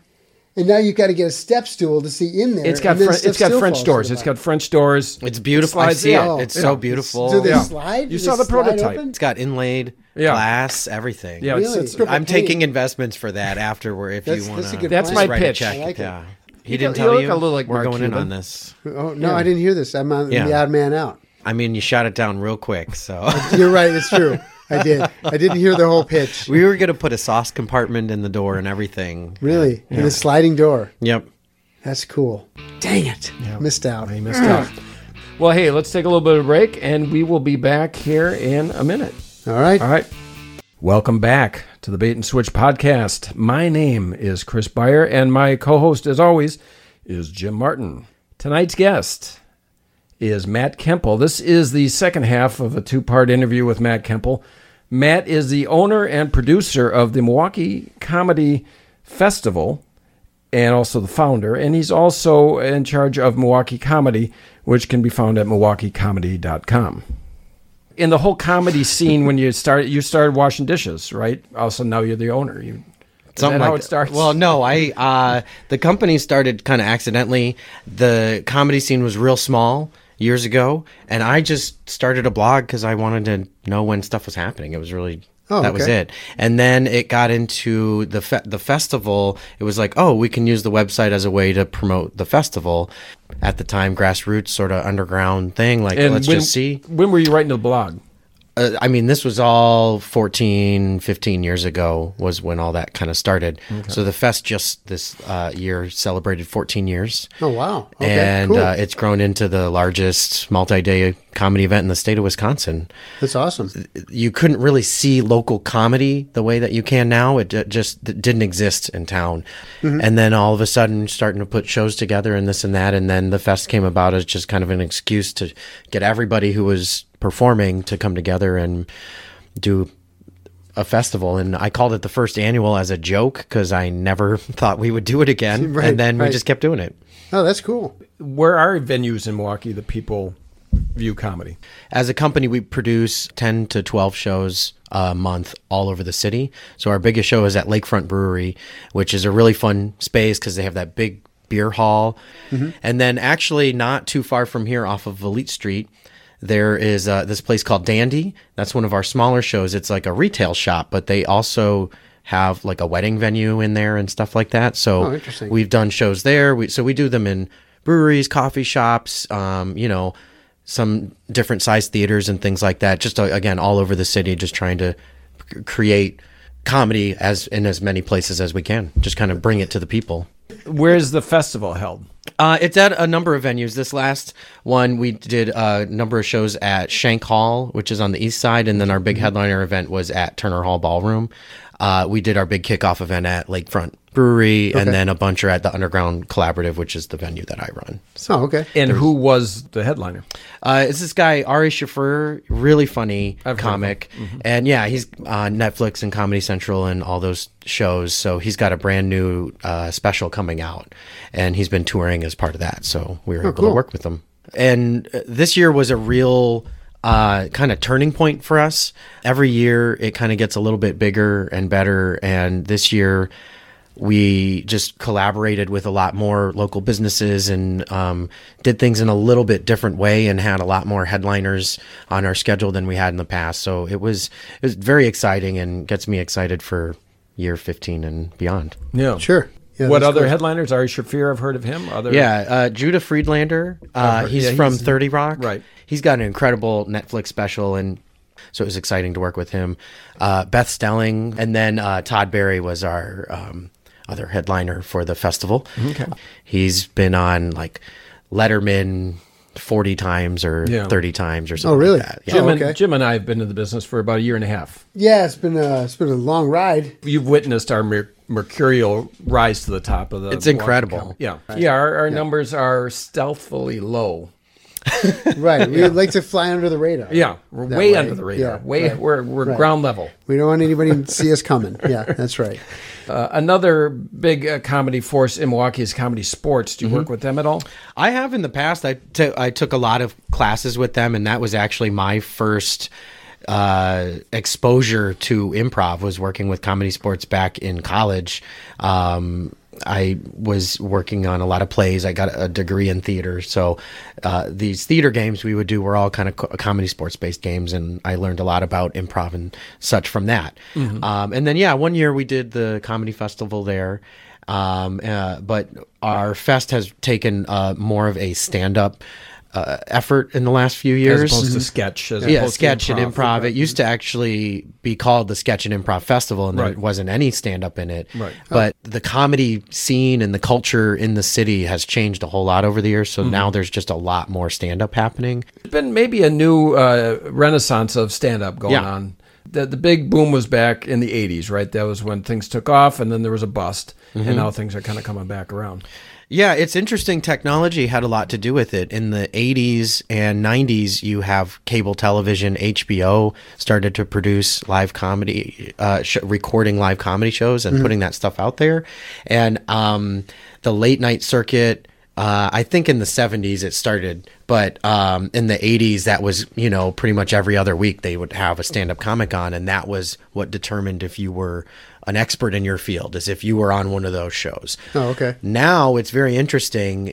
And now you've got to get a step stool to see in there. It's got and then Fren- stuff it's got still French falls doors. to the It's bottom. got French doors. It's beautiful. I Slides see in. Oh, it. It's so Yeah. beautiful. Do they Yeah. slide? Do You they saw the slide prototype. open? It's got inlaid Yeah. glass, everything. Yeah, it's- Really? it's- Triple I'm paint. taking investments for that after we're if That's- you want that's a to. good That's plan. my pitch. I like it. yeah. He You didn't look- you tell look you. a little like we're Mark going in Cuban. on this. Oh no, I didn't hear this. I'm on Yeah. the odd man out. I mean, you shot it down real quick. So (laughs) You're right. It's true. I did. I didn't hear the whole pitch. we were going to put a sauce compartment in the door and everything. Really, and the sliding door. Yep. That's cool. Dang it, missed out. I missed out. Well, hey, let's take a little bit of break, and we will be back here in a minute. All right. All right. Welcome back to the Bait and Switch podcast. My name is Chris Beyer, and my co host, as always, is Jim Martin. Tonight's guest is Matt Kemple. This is the second half of a two part interview with Matt Kemple. Matt is the owner and producer of the Milwaukee Comedy Festival and also the founder, and he's also in charge of Milwaukee Comedy, which can be found at milwaukeecomedy.com in the whole comedy scene when you started you started washing dishes right also now you're the owner you is that how like it starts Well, no, I uh, the company started kind of accidentally. The comedy scene was real small years ago, and I just started a blog because I wanted to know when stuff was happening. It was really Oh, that was okay. it, and then it got into the fe- the festival. It was like, oh, we can use the website as a way to promote the festival. At the time, grassroots sort of underground thing. Like, and let's when, just see. when were you writing the blog uh, I mean, this was all 14, 15 years ago was when all that kind of started. So the fest just this uh, year celebrated 14 years. Oh wow. Okay. and cool. uh, it's grown into the largest multi-day comedy event in the state of Wisconsin. That's awesome. You couldn't really see local comedy the way that you can now. It ju- just d- didn't exist in town. Mm-hmm. And then all of a sudden, starting to put shows together and this and that. And then the fest came about as just kind of an excuse to get everybody who was performing to come together and do a festival and I called it the first annual as a joke because I never (laughs) thought we would do it (laughs) again Right, and then right. we just kept doing it. Oh, that's cool. where are venues in milwaukee that people view comedy As a company, we produce 10 to 12 shows a month all over the city. So our biggest show is at Lakefront Brewery, which is a really fun space because they have that big beer hall. Mm-hmm. And then, actually, not too far from here off of Valete Street, there is uh, this place called Dandy. That's one of our smaller shows. It's like a retail shop, but they also have like a wedding venue in there and stuff like that. So Oh, interesting. we've done shows there. We so we do them in breweries, coffee shops, um, you know, some different size theaters and things like that. Just uh, again, all over the city, just trying to c- create comedy as in as many places as we can. Just kind of bring it to the people. where's the festival held Uh, it's at a number of venues. This last one, we did a number of shows at Shank Hall, which is on the east side, and then our big headliner event was at Turner Hall Ballroom. Uh, we did our big kickoff event at Lakefront Brewery, and then a bunch are at the Underground Collaborative, which is the venue that I run. Oh, okay. and who was the headliner Uh, it's this guy Ari Shaffer, really funny comic, and yeah, he's on Netflix and Comedy Central and all those shows. So he's got a brand new uh, special coming out, and he's been touring as part of that. So we were able cool. to work with him. And uh, this year was a real uh, kind of turning point for us. Every year, it kind of gets a little bit bigger and better, and this year we just collaborated with a lot more local businesses and um, did things in a little bit different way and had a lot more headliners on our schedule than we had in the past. So it was it was very exciting and gets me excited for year 15 and beyond. yeah Sure. Yeah, what that's other cool. headliners ari shafir i've heard of him other Yeah, uh, Judah Friedlander. Uh, heard- he's Oh, yeah, from he's- Thirty Rock. right. He's got an incredible Netflix special, and so it was exciting to work with him. Uh, Beth Stelling, and then uh, Todd Berry was our um, other headliner for the festival. Okay. He's been on like Letterman forty times or Yeah. thirty times or something. really? Like that. Yeah. jim, Oh, okay. and, jim and i have been in the business for about a year and a half Yeah, it's been a it's been a long ride. you've witnessed our mer- mercurial rise to the top of the. It's incredible. Milwaukee Com- Yeah, yeah. Our, our numbers are stealthily low. (laughs) Right. We like to fly under the radar. Yeah, we're That way, way. under the radar. Yeah, way right, we're we're right. ground level. We don't want anybody to see us coming. (laughs) Yeah, that's right. Uh, another big uh, comedy force in Milwaukee is Comedy Sports. Do you Mm-hmm. work with them at all? I have in the past. I t- I took a lot of classes with them, and that was actually my first uh, exposure to improv was working with comedy sports back in college. Um, I was working on a lot of plays. I got a degree in theater, so uh, these theater games we would do were all kind of co- comedy sports based games, and I learned a lot about improv and such from that. Um, and then yeah, one year we did the comedy festival there, um, uh, but our fest has taken uh, more of a stand up. Uh, effort in the last few years Mm-hmm. as opposed to sketch. As yeah, opposed to sketch and improv. It used to actually be called the Sketch and Improv Festival, and there Right. wasn't any stand up in it. Right. But the comedy scene and the culture in the city has changed a whole lot over the years. So Mm-hmm. now there's just a lot more stand up happening. There's been maybe a new uh, renaissance of stand up going Yeah. on. The, the big boom was back in the 80s, right? That was when things took off, and then there was a bust, Mm-hmm. and now things are kind of coming back around. Yeah, it's interesting. Technology had a lot to do with it. In the 80s and 90s, you have cable television. HBO started to produce live comedy, uh, sh- recording live comedy shows Mm-hmm. and putting that stuff out there. And um, the late night circuit, uh, I think in the 70s it started, but um, in the 80s, that was, you know, pretty much every other week they would have a stand up comic on. And that was what determined if you were an expert in your field, is if you were on one of those shows Oh, okay. now it's very interesting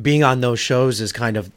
being on those shows is kind of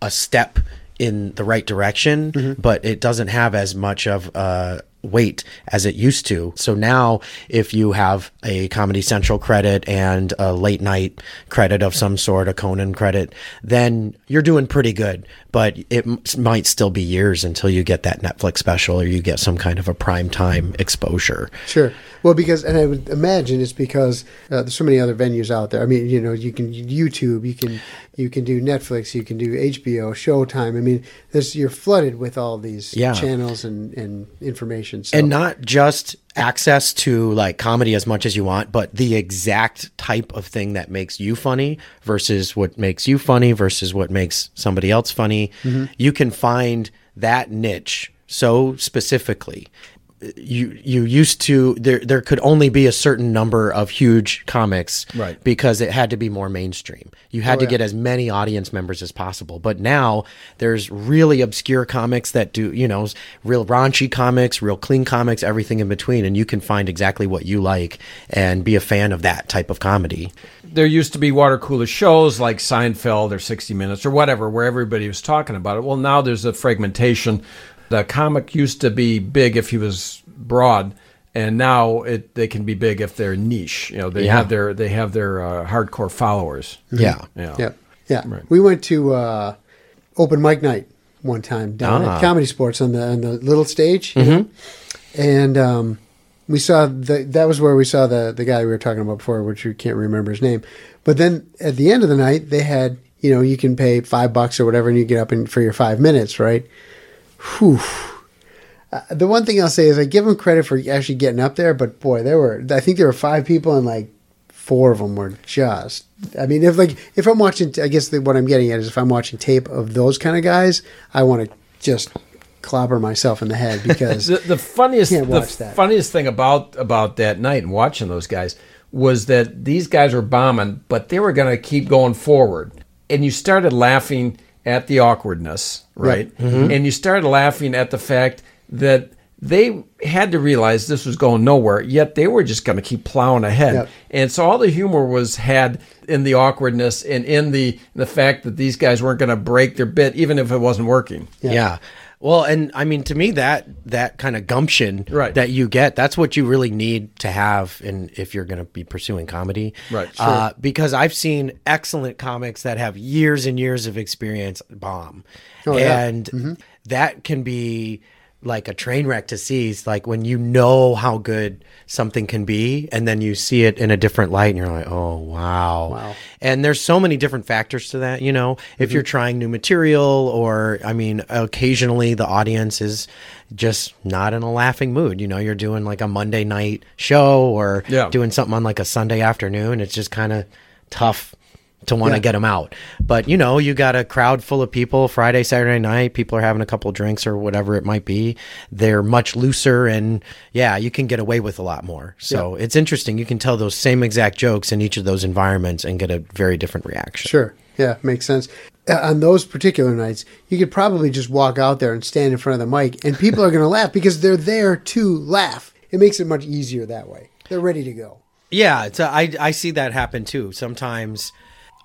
a step in the right direction but it doesn't have as much of uh weight as it used to so now if you have a comedy central credit and a late night credit of some sort a conan credit then you're doing pretty good but it m- might still be years until you get that netflix special or you get some kind of a prime time exposure Sure. Well, because, and I would imagine it's because uh, there's so many other venues out there. I mean, you know, you can YouTube, you can you can do Netflix, you can do HBO, Showtime. I mean, there's you're flooded with all these Yeah. channels and and information. So. and not just access to like comedy as much as you want but the exact type of thing that makes you funny versus what makes you funny versus what makes somebody else funny you can find that niche so specifically you you used to there there could only be a certain number of huge comics Right. Oh, because it had to be more mainstream you had to get as many audience members as possible but now there's really obscure comics that do you know real raunchy comics real clean comics everything in between and you can find exactly what you like and be a fan of that type of comedy there used to be water cooler shows like Seinfeld or 60 Minutes or whatever, where everybody was talking about it. Well, now there's a fragmentation. The comic used to be big if he was broad, and now it they can be big if they're niche. You know, they Yeah. have their they have their uh, hardcore followers. yeah Mm-hmm. Yeah. Yeah, yeah. We went to uh, open mic night one time down Ah. at Comedy Sports on the on the little stage, you know? and um, we saw the that was where we saw the the guy we were talking about before, which you can't remember his name. But then at the end of the night, they had you know you can pay five bucks or whatever, and you get up and for your five minutes, right? Whew. Uh, The one thing I'll say is I give them credit for actually getting up there, but boy, there were I think there were five people and like four of them were just. I mean, if like if I'm watching, I guess the, what I'm getting at is if I'm watching tape of those kind of guys, I want to just clobber myself in the head because The, the funniest Can't the watch that. funniest thing about about that night and watching those guys was that these guys were bombing, but they were going to keep going forward, and you started laughing at the awkwardness, right? Mm-hmm. And you started laughing at the fact that they had to realize this was going nowhere, yet they were just going to keep plowing ahead. Yep. And so all the humor was had in the awkwardness and in the the fact that these guys weren't going to break their bit, even if it wasn't working. Yeah. Well, and I mean, to me, that that kind of gumption Right. that you get, that's what you really need to have, and if you're going to be pursuing comedy, Right, Uh, because I've seen excellent comics that have years and years of experience bomb, Oh, yeah. Mm-hmm. and that can be like a train wreck to see. It's like when you know how good something can be, and then you see it in a different light, and you're like, oh wow, Wow. Mm-hmm. and there's so many different factors to that, you know. If you're trying new material, or I mean, occasionally the audience is just not in a laughing mood. You know, you're doing like a Monday night show or Yeah. doing something on like a Sunday afternoon. It's just kind of tough to want to Yeah. get them out. But you know, you got a crowd full of people Friday, Saturday night. People are having a couple drinks or whatever it might be. They're much looser, and yeah, you can get away with a lot more. So it's interesting. You can tell those same exact jokes in each of those environments and get a very different reaction. Sure. Yeah, makes sense. uh, on those particular nights, you could probably just walk out there and stand in front of the mic, and people are going to laugh because they're there to laugh. It makes it much easier that way. They're ready to go. Yeah, it's a, I I see that happen too. Sometimes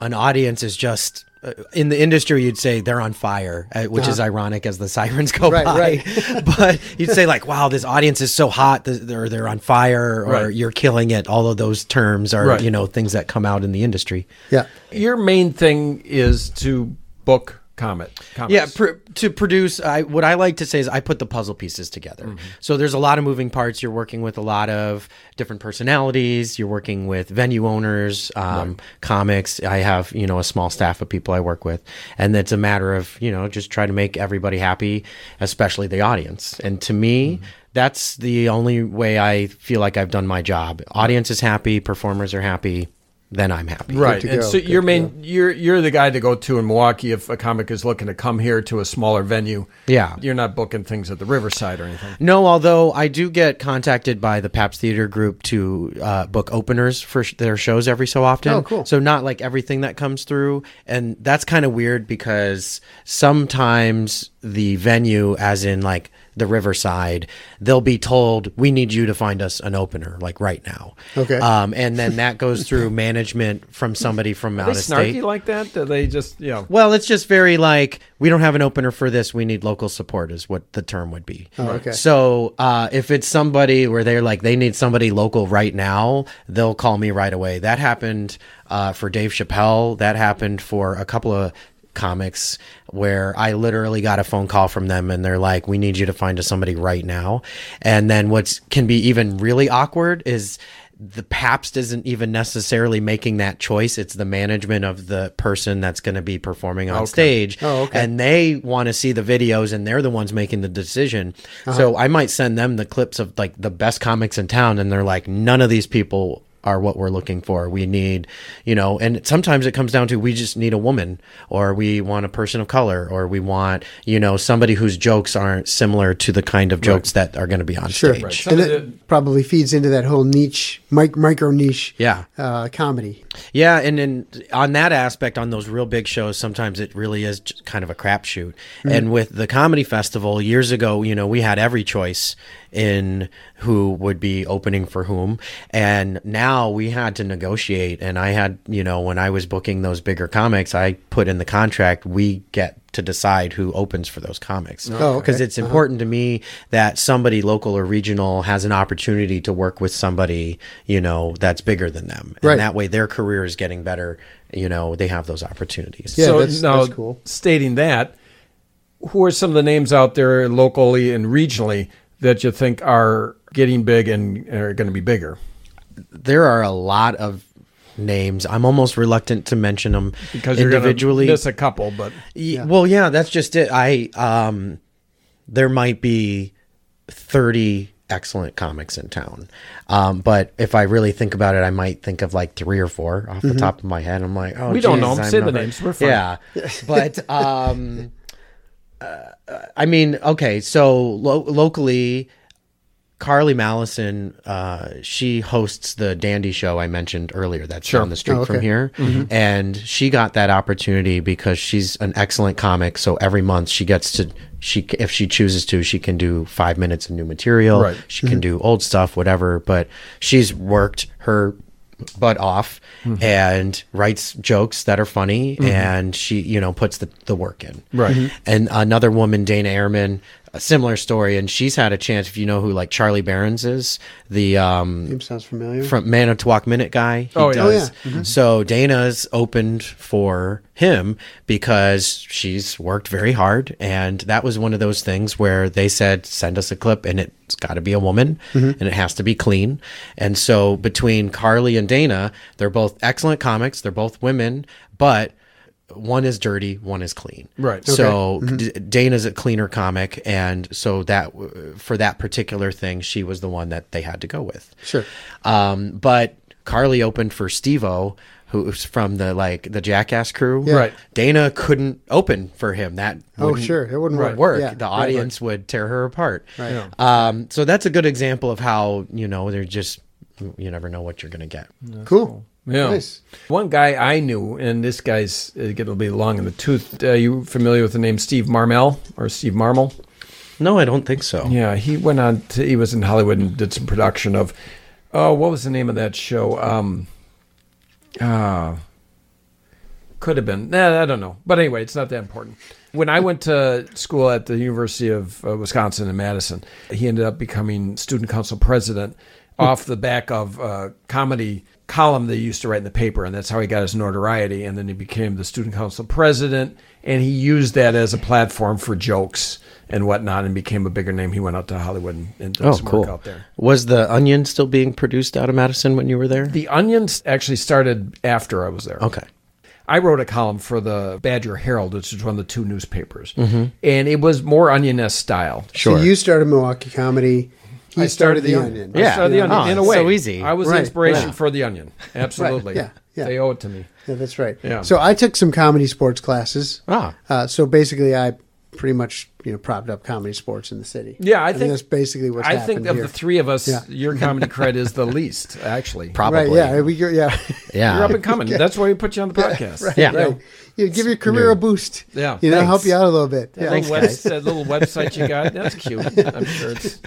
an audience is just uh, in the industry you'd say they're on fire, uh, which is ironic as the (laughs) sirens go Right, by. right. (laughs) but you'd say like, "Wow, this audience is so hot," th- or "They're on fire," or Right. "You're killing it." All of those terms are Right. you know things that come out in the industry. Yeah. Your main thing is to book comet. Comics. Yeah, pr- to produce, I, what I like to say is I put the puzzle pieces together. So there's a lot of moving parts. You're working with a lot of different personalities. You're working with venue owners, um, comics. I have you know a small staff of people I work with, and it's a matter of you know just try to make everybody happy, especially the audience. And to me. That's the only way I feel like I've done my job. Audience is happy, performers are happy, then I'm happy. right. to And go, so good your to main, you're you're the guy to go to in Milwaukee if a comic is looking to come here to a smaller venue. Yeah. you're not booking things at the Riverside or anything. No, although I do get contacted by the Paps Theater Group to uh, book openers for sh- their shows every so often. Oh, cool. So not like everything that comes through, and that's kind of weird because sometimes the venue, as in like the Riverside, they'll be told we need you to find us an opener like right now. Okay. Um, and then that goes through (laughs) management from somebody from Are out they of snarky state. like that? Do they just you know? Well, it's just very like we don't have an opener for this. We need local support is what the term would be. Oh, okay. So uh, if it's somebody where they're like they need somebody local right now, they'll call me right away. That happened uh, for Dave Chappelle. That happened for a couple of comics where I literally got a phone call from them and they're like, "We need you to find us somebody right now." And then what's can be even really awkward is the Pabst isn't even necessarily making that choice. It's the management of the person that's going to be performing on stage. Oh, okay. And they want to see the videos and they're the ones making the decision. Uh-huh. So I might send them the clips of like the best comics in town and they're like, none of these people are what we're looking for. We need, you know, and sometimes it comes down to we just need a woman or we want a person of color or we want, you know, somebody whose jokes aren't similar to the kind of jokes that are going to be on Sure. stage. Some And of it probably feeds into that whole niche, mic- micro niche Yeah. uh, comedy. Yeah, and then on that aspect, on those real big shows, sometimes it really is just kind of a crapshoot. Mm-hmm. And with the comedy festival years ago, you know, we had every choice in who would be opening for whom, and now we had to negotiate. And I had, you know, when I was booking those bigger comics, I put in the contract we get to decide who opens for those comics because Oh, okay. it's Uh-huh. important to me that somebody local or regional has an opportunity to work with somebody you know that's bigger than them and Right. that way their career is getting better you know they have those opportunities Yeah, so that's- now, that's cool. stating that, who are some of the names out there locally and regionally that you think are getting big and are going to be bigger? there are a lot of names i'm almost reluctant to mention them Because you're individually going to miss a couple, but Y- well yeah that's just it i um there might be 30 excellent comics in town um but if i really think about it i might think of like three or four off the top of my head i'm like oh We don't know geez, 'em. I'm Say the not- names. We're fine. yeah but um uh, i mean okay so lo- locally Carly Mallison, uh, she hosts the Dandy Show I mentioned earlier. That's down the street Oh, from okay. here, and she got that opportunity because she's an excellent comic. So every month she gets to she if she chooses to, she can do five minutes of new material. Right. She can do old stuff, whatever. But she's worked her butt off and writes jokes that are funny, and she you know puts the the work in. Right. Mhm. And another woman, Dana Ehrman, a similar story, and she's had a chance. If you know who like Charlie Barons is, the um Name sounds familiar. from Manitowoc Minute guy. He Oh, yeah. Oh, does. So Dana's opened for him because she's worked very hard, and that was one of those things where they said, "Send us a clip," and it's got to be a woman, Mm-hmm. and it has to be clean. And so between Carly and Dana, they're both excellent comics. They're both women, but one is dirty, one is clean. Right. So Mm-hmm. D- Dana's a cleaner comic, and so that w- for that particular thing, she was the one that they had to go with. Sure. Um, but Carly opened for Stevo, who's from the like the Jackass crew. Right. Dana couldn't open for him. That Oh, wouldn't sure. It wouldn't work. work. Yeah. The Right. audience would tear her apart. Right. Yeah. Um, so that's a good example of how you know they're just you never know what you're gonna get. Cool. Yeah. Nice. One guy I knew, and this guy's uh, going to be long in the tooth. Uh, you familiar with the name Steve Marmel or Steve Marmel? No, I don't think so. Yeah, he went on to, he was in Hollywood and did some production of, oh, what was the name of that show? Um, uh, could have been, nah, I don't know. But anyway, it's not that important. When I went to school at the University of uh, Wisconsin in Madison, he ended up becoming student council president Hmm. off the back of a comedy column they used to write in the paper, and that's how he got his notoriety. And then he became the student council president, and he used that as a platform for jokes and whatnot, and became a bigger name. He went out to Hollywood and, and did Oh, some work cool. out there. Was the Onion still being produced out of Madison when you were there? The Onions actually started after I was there. Okay. I wrote a column for the Badger Herald, which is one of the two newspapers, and it was more Onion style. Mm-hmm. Sure. So you started Milwaukee Comedy. He started, The Onion. I started the Onion Oh, in a it's way. so easy. I was Right, the inspiration yeah. for the Onion. Absolutely. yeah, yeah. They owe it to me. Yeah, that's right. Yeah. So I took some comedy sports classes. Ah. Uh, so basically, I pretty much you know propped up comedy sports in the city. Yeah, I And think- that's basically what's I happened think of here. the three of us, Yeah. your (laughs) comedy cred is the least, actually. Probably. Right? Yeah, we go- (laughs) yeah. (laughs) Yeah. You're up and coming. That's why we put you on the podcast. Yeah. Right. You give your career a boost. Yeah, You know, help thanks. you out a little bit. Yeah. That, little web, that little website you got, that's (laughs) cute. I'm sure it's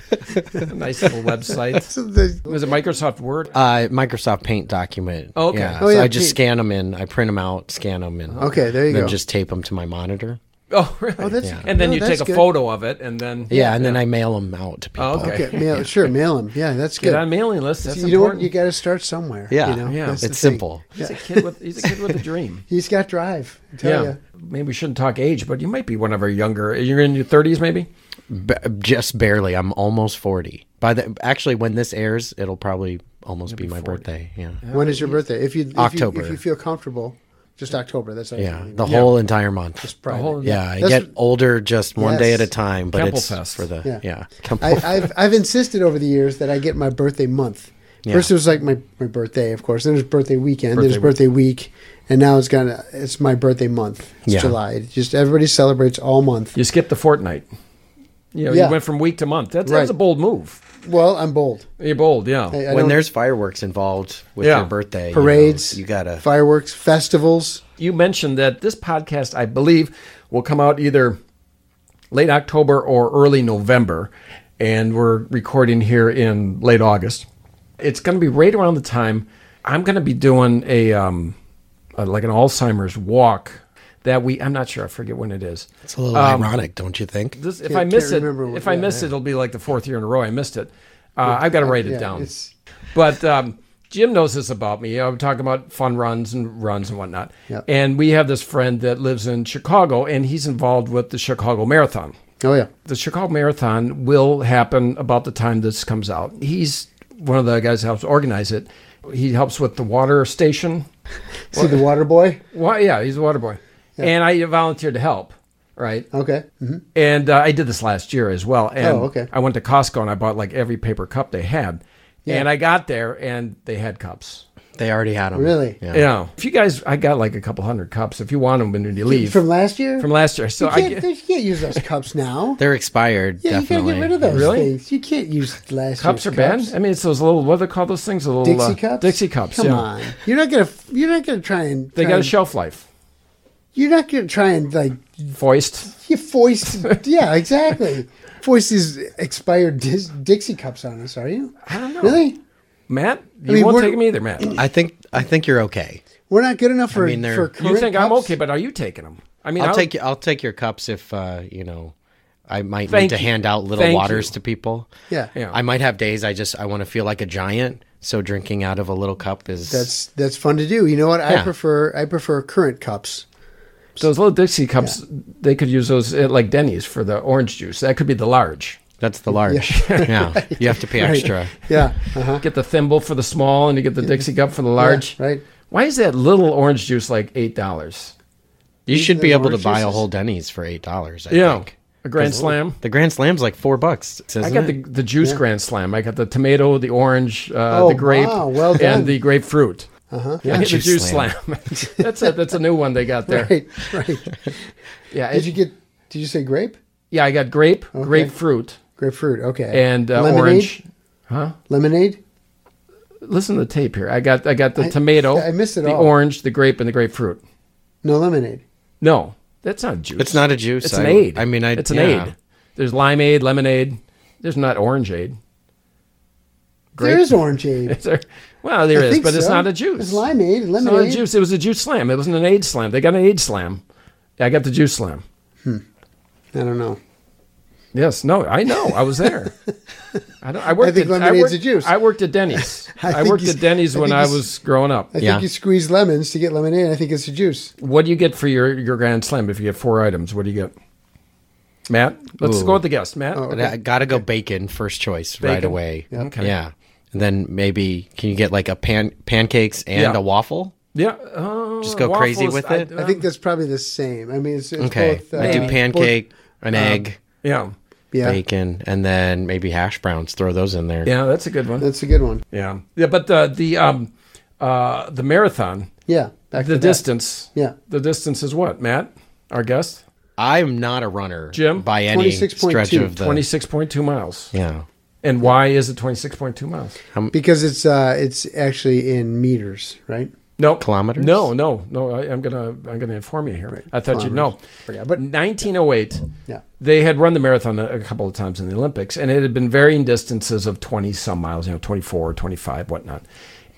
a nice little website. So the- Was it Microsoft Word? Uh, Microsoft Paint document. Oh, okay. Yeah. Oh, so yeah, I just Paint. scan them in. I print them out, scan them in. Okay, there you then go. just tape them to my monitor. Oh, really? that's- Yeah. And then no, you that's take a good. photo of it, and then Yeah, and then I mail them out to people. Oh, okay. okay, mail, sure, mail them. Yeah, that's get good. on mailing lists. That's you know what? important. You got to start somewhere. Yeah. you know? Yeah. That's the It's thing. simple. (laughs) he's a kid with he's a kid with a dream. He's got drive. I (laughs) tell ya. Maybe we shouldn't talk age, but you might be one of our younger. You're in your 30s, maybe. B- just barely. I'm almost 40. By the actually when this airs, it'll probably almost be, my birthday. Yeah. When is your birthday? If you if October. You, if you feel comfortable, just October. That's all Yeah. you need. The whole entire month. It's private. whole- Yeah, I That's get what- older just one day at a Yes. time, but Temple it's Fest. for the Yeah. yeah. Temple I, I've I've insisted over the years that I get my birthday month. First it was like my, my birthday, of course. Then there's birthday weekend. then there's birthday week, and now it's gonna it's my birthday month. It's Yeah. July. It just everybody celebrates all month. You skipped the fortnight. You know, Yeah. you went from week to month. That's Right. that's a bold move. Well, I'm bold. You're bold, I, yeah. I when don't- there's fireworks involved with Yeah. your birthday, you know, parades, you, gotta. fireworks, festivals. You mentioned that this podcast, I believe, will come out either late October or early November, and we're recording here in late August. It's going to be right around the time I'm going to be doing a um, uh like an Alzheimer's walk that we. I'm not sure. I forget when it is. it's a little ironic, don't you think? This, if Can't- I miss can't it, remember what- if I yeah, miss it, it'll be like the fourth year in a row I missed it. Uh, I've got to write it yeah, down. it's- But um, Jim knows this about me. I'm talking about fun runs and runs and whatnot. Yep. And we have this friend that lives in Chicago, and he's involved with the Chicago Marathon. Oh yeah, The Chicago Marathon will happen about the time this comes out. He's one of the guys that helps organize it. He helps with the water station. see the water boy. Well, yeah, he's a water boy. And I volunteered to help, right? Okay, hmm And uh, I did this last year as well. And Oh, okay. I went to Costco and I bought like every paper cup they had. And I got there and they had cups. They already had them. Really? Yeah. Yeah. If you guys, I got like a couple hundred cups. If you want them when you leave from last year. from last year, so you I can't, get, you can't use those cups now. They're expired. Yeah, definitely. you gotta get rid of those Really? things. You can't use last cups are year's bad. cups. I mean, it's those little what do they call those things? The little Dixie uh, cups. Dixie cups. Come yeah. on, you're not gonna you're not gonna try and They try got a and- shelf life. You're not gonna try and like Foist. you (laughs) foist. yeah, exactly. Foist these expired dis- Dixie cups on us, are you? I don't know. Really? Matt, you mean, won't we're- take them (clears throat) either, Matt. I think I think you're okay. We're not good enough for mean, they're- for You current think I'm cups? okay, but are you taking them? I mean, I'll I'll- take I'll take your cups if uh, you know. I might need Thank to you. hand out little Thank waters you. to people. Yeah. Yeah. I might have days I just I want to feel like a giant. So drinking out of a little cup is That's that's fun to do. You know what? I Yeah. prefer I prefer current cups. those little Dixie cups. They could use those at like Denny's for the orange juice. That could be the large. that's (laughs) the large. Yeah, you have to pay extra. (laughs) Yeah. Uh-huh. Get the thimble for the small, and you get the Dixie cup for the large. Yeah, right. Why is that little orange juice like eight dollars? You should be the able to orange buy a juices. whole Denny's for eight dollars. I Yeah, think. a grand slam. The Grand Slam's like four bucks. Isn't I got it? the the juice grand slam. I got the tomato, the orange, uh, Oh, the grape, wow, well done. and the grapefruit. Uh-huh. I get the Juice juice slam. (laughs) slam. that's a that's a new one they got there. (laughs) Right. Right. Yeah, Did it- you get? Did you say grape? yeah. I got grape, grapefruit, Grapefruit. Okay. and uh, lemonade. orange. Lemonade. Listen to the tape here. I got I got the tomato, I missed it the all. orange, the grape, and the grapefruit. No lemonade. No, that's not juice. It's not a juice. It's an I- aid. I mean, I- it's an yeah. aid. There's limeade, lemonade. There's not orangeade. Grape. There is orangeade. (laughs) Is there? Well, (laughs) there I is, think but it's so. not a juice. It's limeade, It's not a lemonade. juice. It was a juice slam. It wasn't an aid slam. They got an aid slam. I got the juice slam. I don't know. Yes, no, I know. I (laughs) was there. I don't. I worked. think at, I lemonade's worked, a juice. I worked at Denny's. (laughs) I I, think worked he's- at Denny's I when think I he's- was growing up. I Yeah. think you squeeze lemons to get lemonade. I think it's a juice. What do you get for your, your grand slam? If you get four items, what do you get? Matt, let's Ooh. go with the guest. Matt, Oh, But I gotta go bacon first choice right Bacon. away. Okay. Yeah. And then maybe can you get like a pan pancakes and Yeah. a waffle? yeah, uh, Just go crazy waffles, uh, with it? I Um, think that's probably the same. I mean, it's, it's Okay. both. I do uh, pancake, an egg, yeah, both- yeah, bacon, and then maybe hash browns. Throw those in there. yeah, that's a good one. that's a good one. Yeah, yeah, but the the um uh the marathon, Yeah, back the to that. distance, Yeah, the distance is what Matt, our guest, I'm not a runner, Jim? by any 26.2, stretch of the. twenty six point two miles. yeah. And why is it twenty six point two miles? because it's uh, it's actually in meters, right? No Kilometers? No, no, no. I, I'm gonna I'm gonna inform you here. I thought you'd know. Forgot, But but- 1908, Yeah. they had run the marathon a, a couple of times in the Olympics, and it had been varying distances of 20 some miles, you know, 24, 25, whatnot.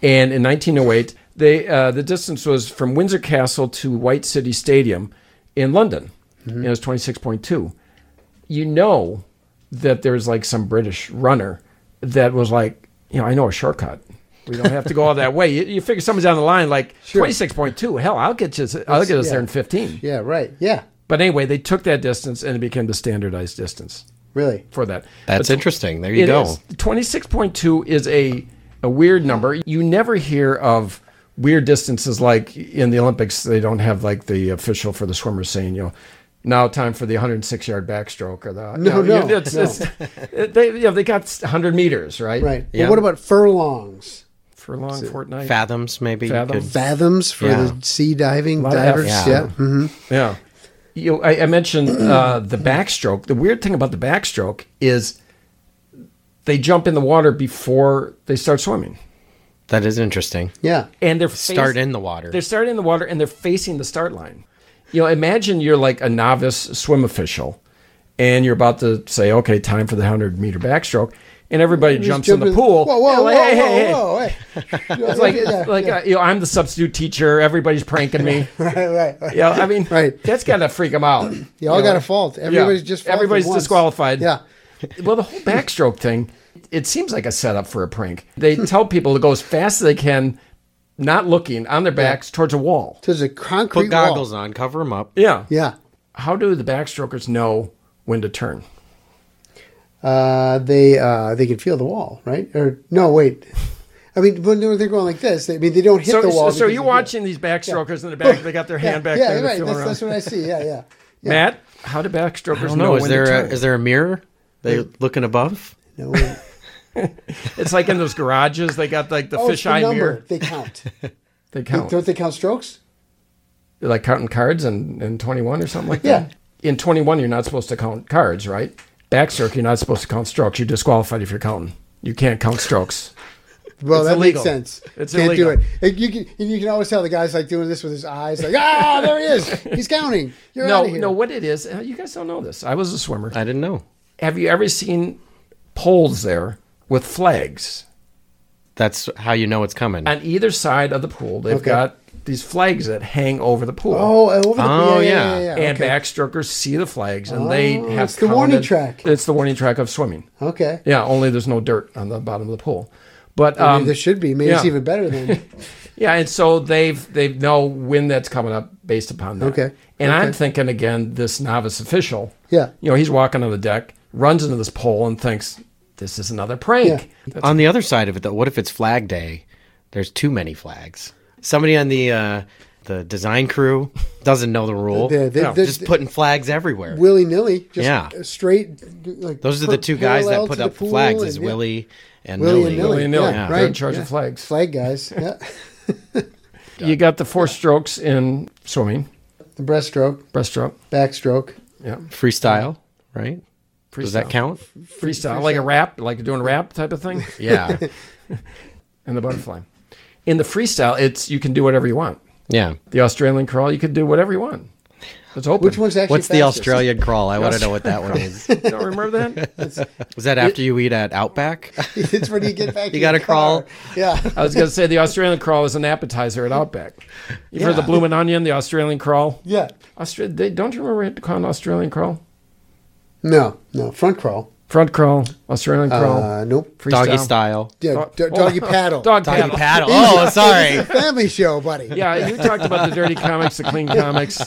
And in 1908, they uh, the distance was from Windsor Castle to White City Stadium in London. And it was 26.2. You know that there's like some British runner that was like, you know, I know a shortcut. We don't have to go all that way. You, you figure someone's down the line like 26.2. Hell, I'll get you. I'll get us there in 15. Yeah, right. Yeah, But anyway, they took that distance and it became the standardized distance really. for that. That's But interesting. There you it go. is- 26.2 is a, a weird number. You never hear of weird distances like in the Olympics, they don't have like the official for the swimmers saying, you know, now time for the 106 yard backstroke or (laughs) the. No, you know, no, it's- no. (laughs) it's- they, you know, they got 100 meters, right? Right. Yeah. But what about furlongs? For a long fortnight. Fathoms, maybe. you Fathom. could- Fathoms for Yeah. the sea diving lot of divers. effort. Yeah. Yeah. hmm Yeah. You know, I, I mentioned uh, the backstroke. The weird thing about the backstroke is they jump in the water before they start swimming, that is interesting. Yeah. and they're Start fac- in the water. They're starting in the water, and they're facing the start line. You know, imagine you're like a novice swim official, and you're about to say, "Okay, time for the hundred meter backstroke," and everybody jumps in the pool. Whoa, whoa, They're whoa, like, "Hey, hey, hey." whoa, whoa, hey. It's like, yeah, (laughs) like yeah. uh, you know, I'm the substitute teacher. Everybody's (laughs) pranking me. right, right, right. Yeah, I mean, Right. That's gotta freak them out. (clears throat) You all got a fault. Everybody's just faulted everybody's once. disqualified. Yeah. Well, the whole backstroke thing, it seems like a setup for a prank. (laughs) They tell people to go as fast as they can, not looking on their backs towards a wall. So there's a concrete Put goggles wall. on, cover them up. Yeah. Yeah. How do the backstrokers know when to turn? Uh, they uh, they can feel the wall, right? Or no, wait. I mean, when they're going like this, they, I mean, they don't hit So, the so, wall. so because you're they- watching these backstrokers in the back. They got their hand back yeah, Yeah, there. they're right. feeling That's, around. that's what I see. Yeah, (laughs) yeah. yeah. Matt, how do backstrokers I don't know know. Is when there to a, turn? is there a mirror? They looking above? No, wait. It's like in those garages. They got like the Oh, it's the fisheye number. mirror. They count. They (laughs) count. Don't they count strokes? like counting cards and, and 21 or something like Yeah. that? In 21, you're not supposed to count cards, right? Backstroke, you're not supposed to count strokes. You're disqualified if you're counting. You can't count strokes. Well, It's that makes illegal. sense. It's Can't illegal. do it. And You can and you can always tell the guy's like doing this with his eyes, like ah, there he is. He's counting. You're no, outta here. no, what it is, uh, you guys don't know this. I was a swimmer. I didn't know. Have you ever seen poles there with flags? That's how you know it's coming. On either side of the pool, they've Okay. got these flags that hang over the pool. Oh, over the yeah, yeah, Oh, yeah. yeah, yeah. And okay. backstrokers see the flags and they Oh, have it's the warning counted- track. It's the warning track of swimming. Okay. Yeah, only there's no dirt on the bottom of the pool. But I mean, um, there should be. Maybe it's yeah. even better than (laughs) Yeah, and so they've they know when that's coming up based upon that. Okay. And I'm thinking again, this novice official. Yeah. You know, he's walking on the deck, runs into this pole, and thinks this is another prank. That's- on the other side of it, though, what if it's Flag Day? There's too many flags. Somebody on the uh, the design crew doesn't know the rule. The- the- They're the- just putting flags everywhere. willy nilly. Just Yeah. straight. Like Those are the per- two guys that parallel put to the up the pool flags: is and, yeah. Willie and Willie Millie. and Millie. Willie and Millie. Yeah, They're in right, charge of flags. flag guys. Yeah, You got the four strokes in swimming, the breaststroke, breaststroke. backstroke. Yeah. Freestyle, right? Does that Freestyle. count? Freestyle, like a rap, like doing a rap type of thing. Yeah. and the butterfly. In the freestyle, it's you can do whatever you want. Yeah. The Australian crawl, you can do whatever you want. It's open. Which one's actually What's the fastest? Australian crawl? I want to know what that one is. (laughs) Don't remember that? Was that after you eat at Outback? (laughs) it's when you get back. to your gotta car. crawl. Yeah. I was going to say the Australian crawl is an appetizer at Outback. You have heard the blooming onion, the Australian crawl? Yeah. Austra- they, don't you remember it called Australian crawl? No. No. Front crawl. Front crawl, Australian crawl, Uh, nope. freestyle. Doggy style. Yeah. Dog- do- (laughs) doggy paddle. Dog paddle. Doggy paddle. (laughs) Oh, sorry. Family show, buddy. Yeah, you talked about the dirty comics, the clean comics.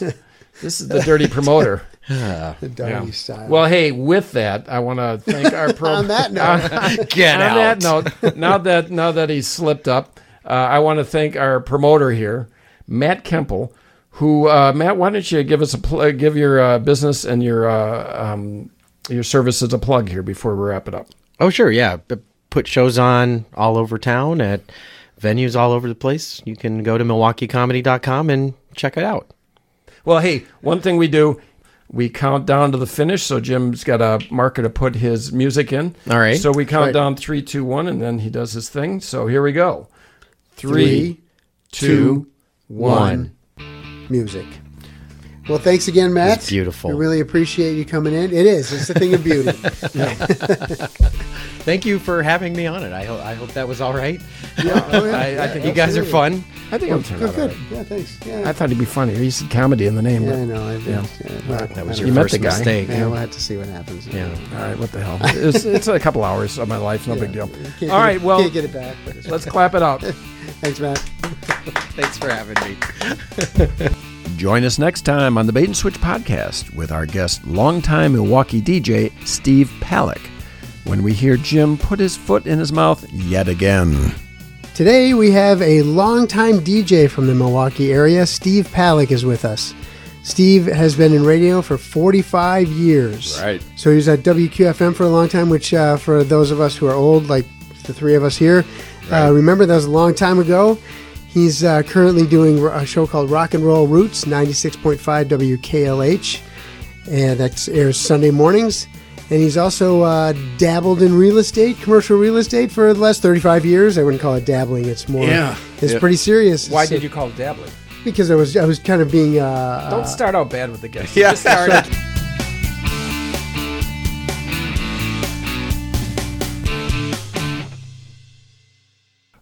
This is the dirty promoter. The doggy style. Well, hey, with that, I want to (laughs) thank our pro- on (laughs) that note, Get on out. that note, now that now that he's slipped up, uh, I want to thank our promoter here, Matt Kemple. Who uh, Matt? Why don't you give us a pl- give your uh, business and your uh, um, your services a plug here before we wrap it up? Oh, sure. Yeah. B- Put shows on all over town at venues all over the place. You can go to milwaukeecomedy.com and check it out. Well, hey, one thing we do, we count down to the finish. So Jim's got a marker to put his music in. All right. So we count down three, two, one, and then he does his thing. So here we go. Three, Three, two, one. music. Well, thanks again, Matt. It's beautiful. We really appreciate you coming in. It is. It's a thing of (laughs) beauty. Thank you for having me on it. I, ho- I hope that was all right. Oh, yeah. I, I think you guys are fun. I think I'm turned out. all Good. right. Yeah. Thanks. I Yeah. thought he'd be funny. He said comedy in the name. yeah, but- I know. I, yeah. well, That was I don't your know. met first the guy. mistake. Yeah, we'll have to see what happens. Yeah. All right, what the hell? It's, it's a couple hours of my life. No big deal. Can't get All right, it, well, can't get it back. But it's, let's clap it (laughs) out. thanks, Matt. (laughs) Thanks for having me. Join us next time on the Bait and Switch podcast with our guest, longtime Milwaukee DJ Steve Palick, when we hear Jim put his foot in his mouth yet again. Today we have a longtime DJ from the Milwaukee area, Steve Palick, is with us. Steve has been in radio for 45 years. Right. So he was at WQFM for a long time, which uh, for those of us who are old, like the three of us here, uh, remember that was a long time ago. He's uh, currently doing ro- a show called Rock and Roll Roots, 96.5 WKLH, and that airs Sunday mornings. And he's also uh, dabbled in real estate, commercial real estate, for the last 35 years. I wouldn't call it dabbling; it's more, Yeah. it's Yeah. pretty serious. Why So- did you call it dabbling? Because I was, I was kind of being. Uh, Don't start out bad with the guest. Yeah. Just start out-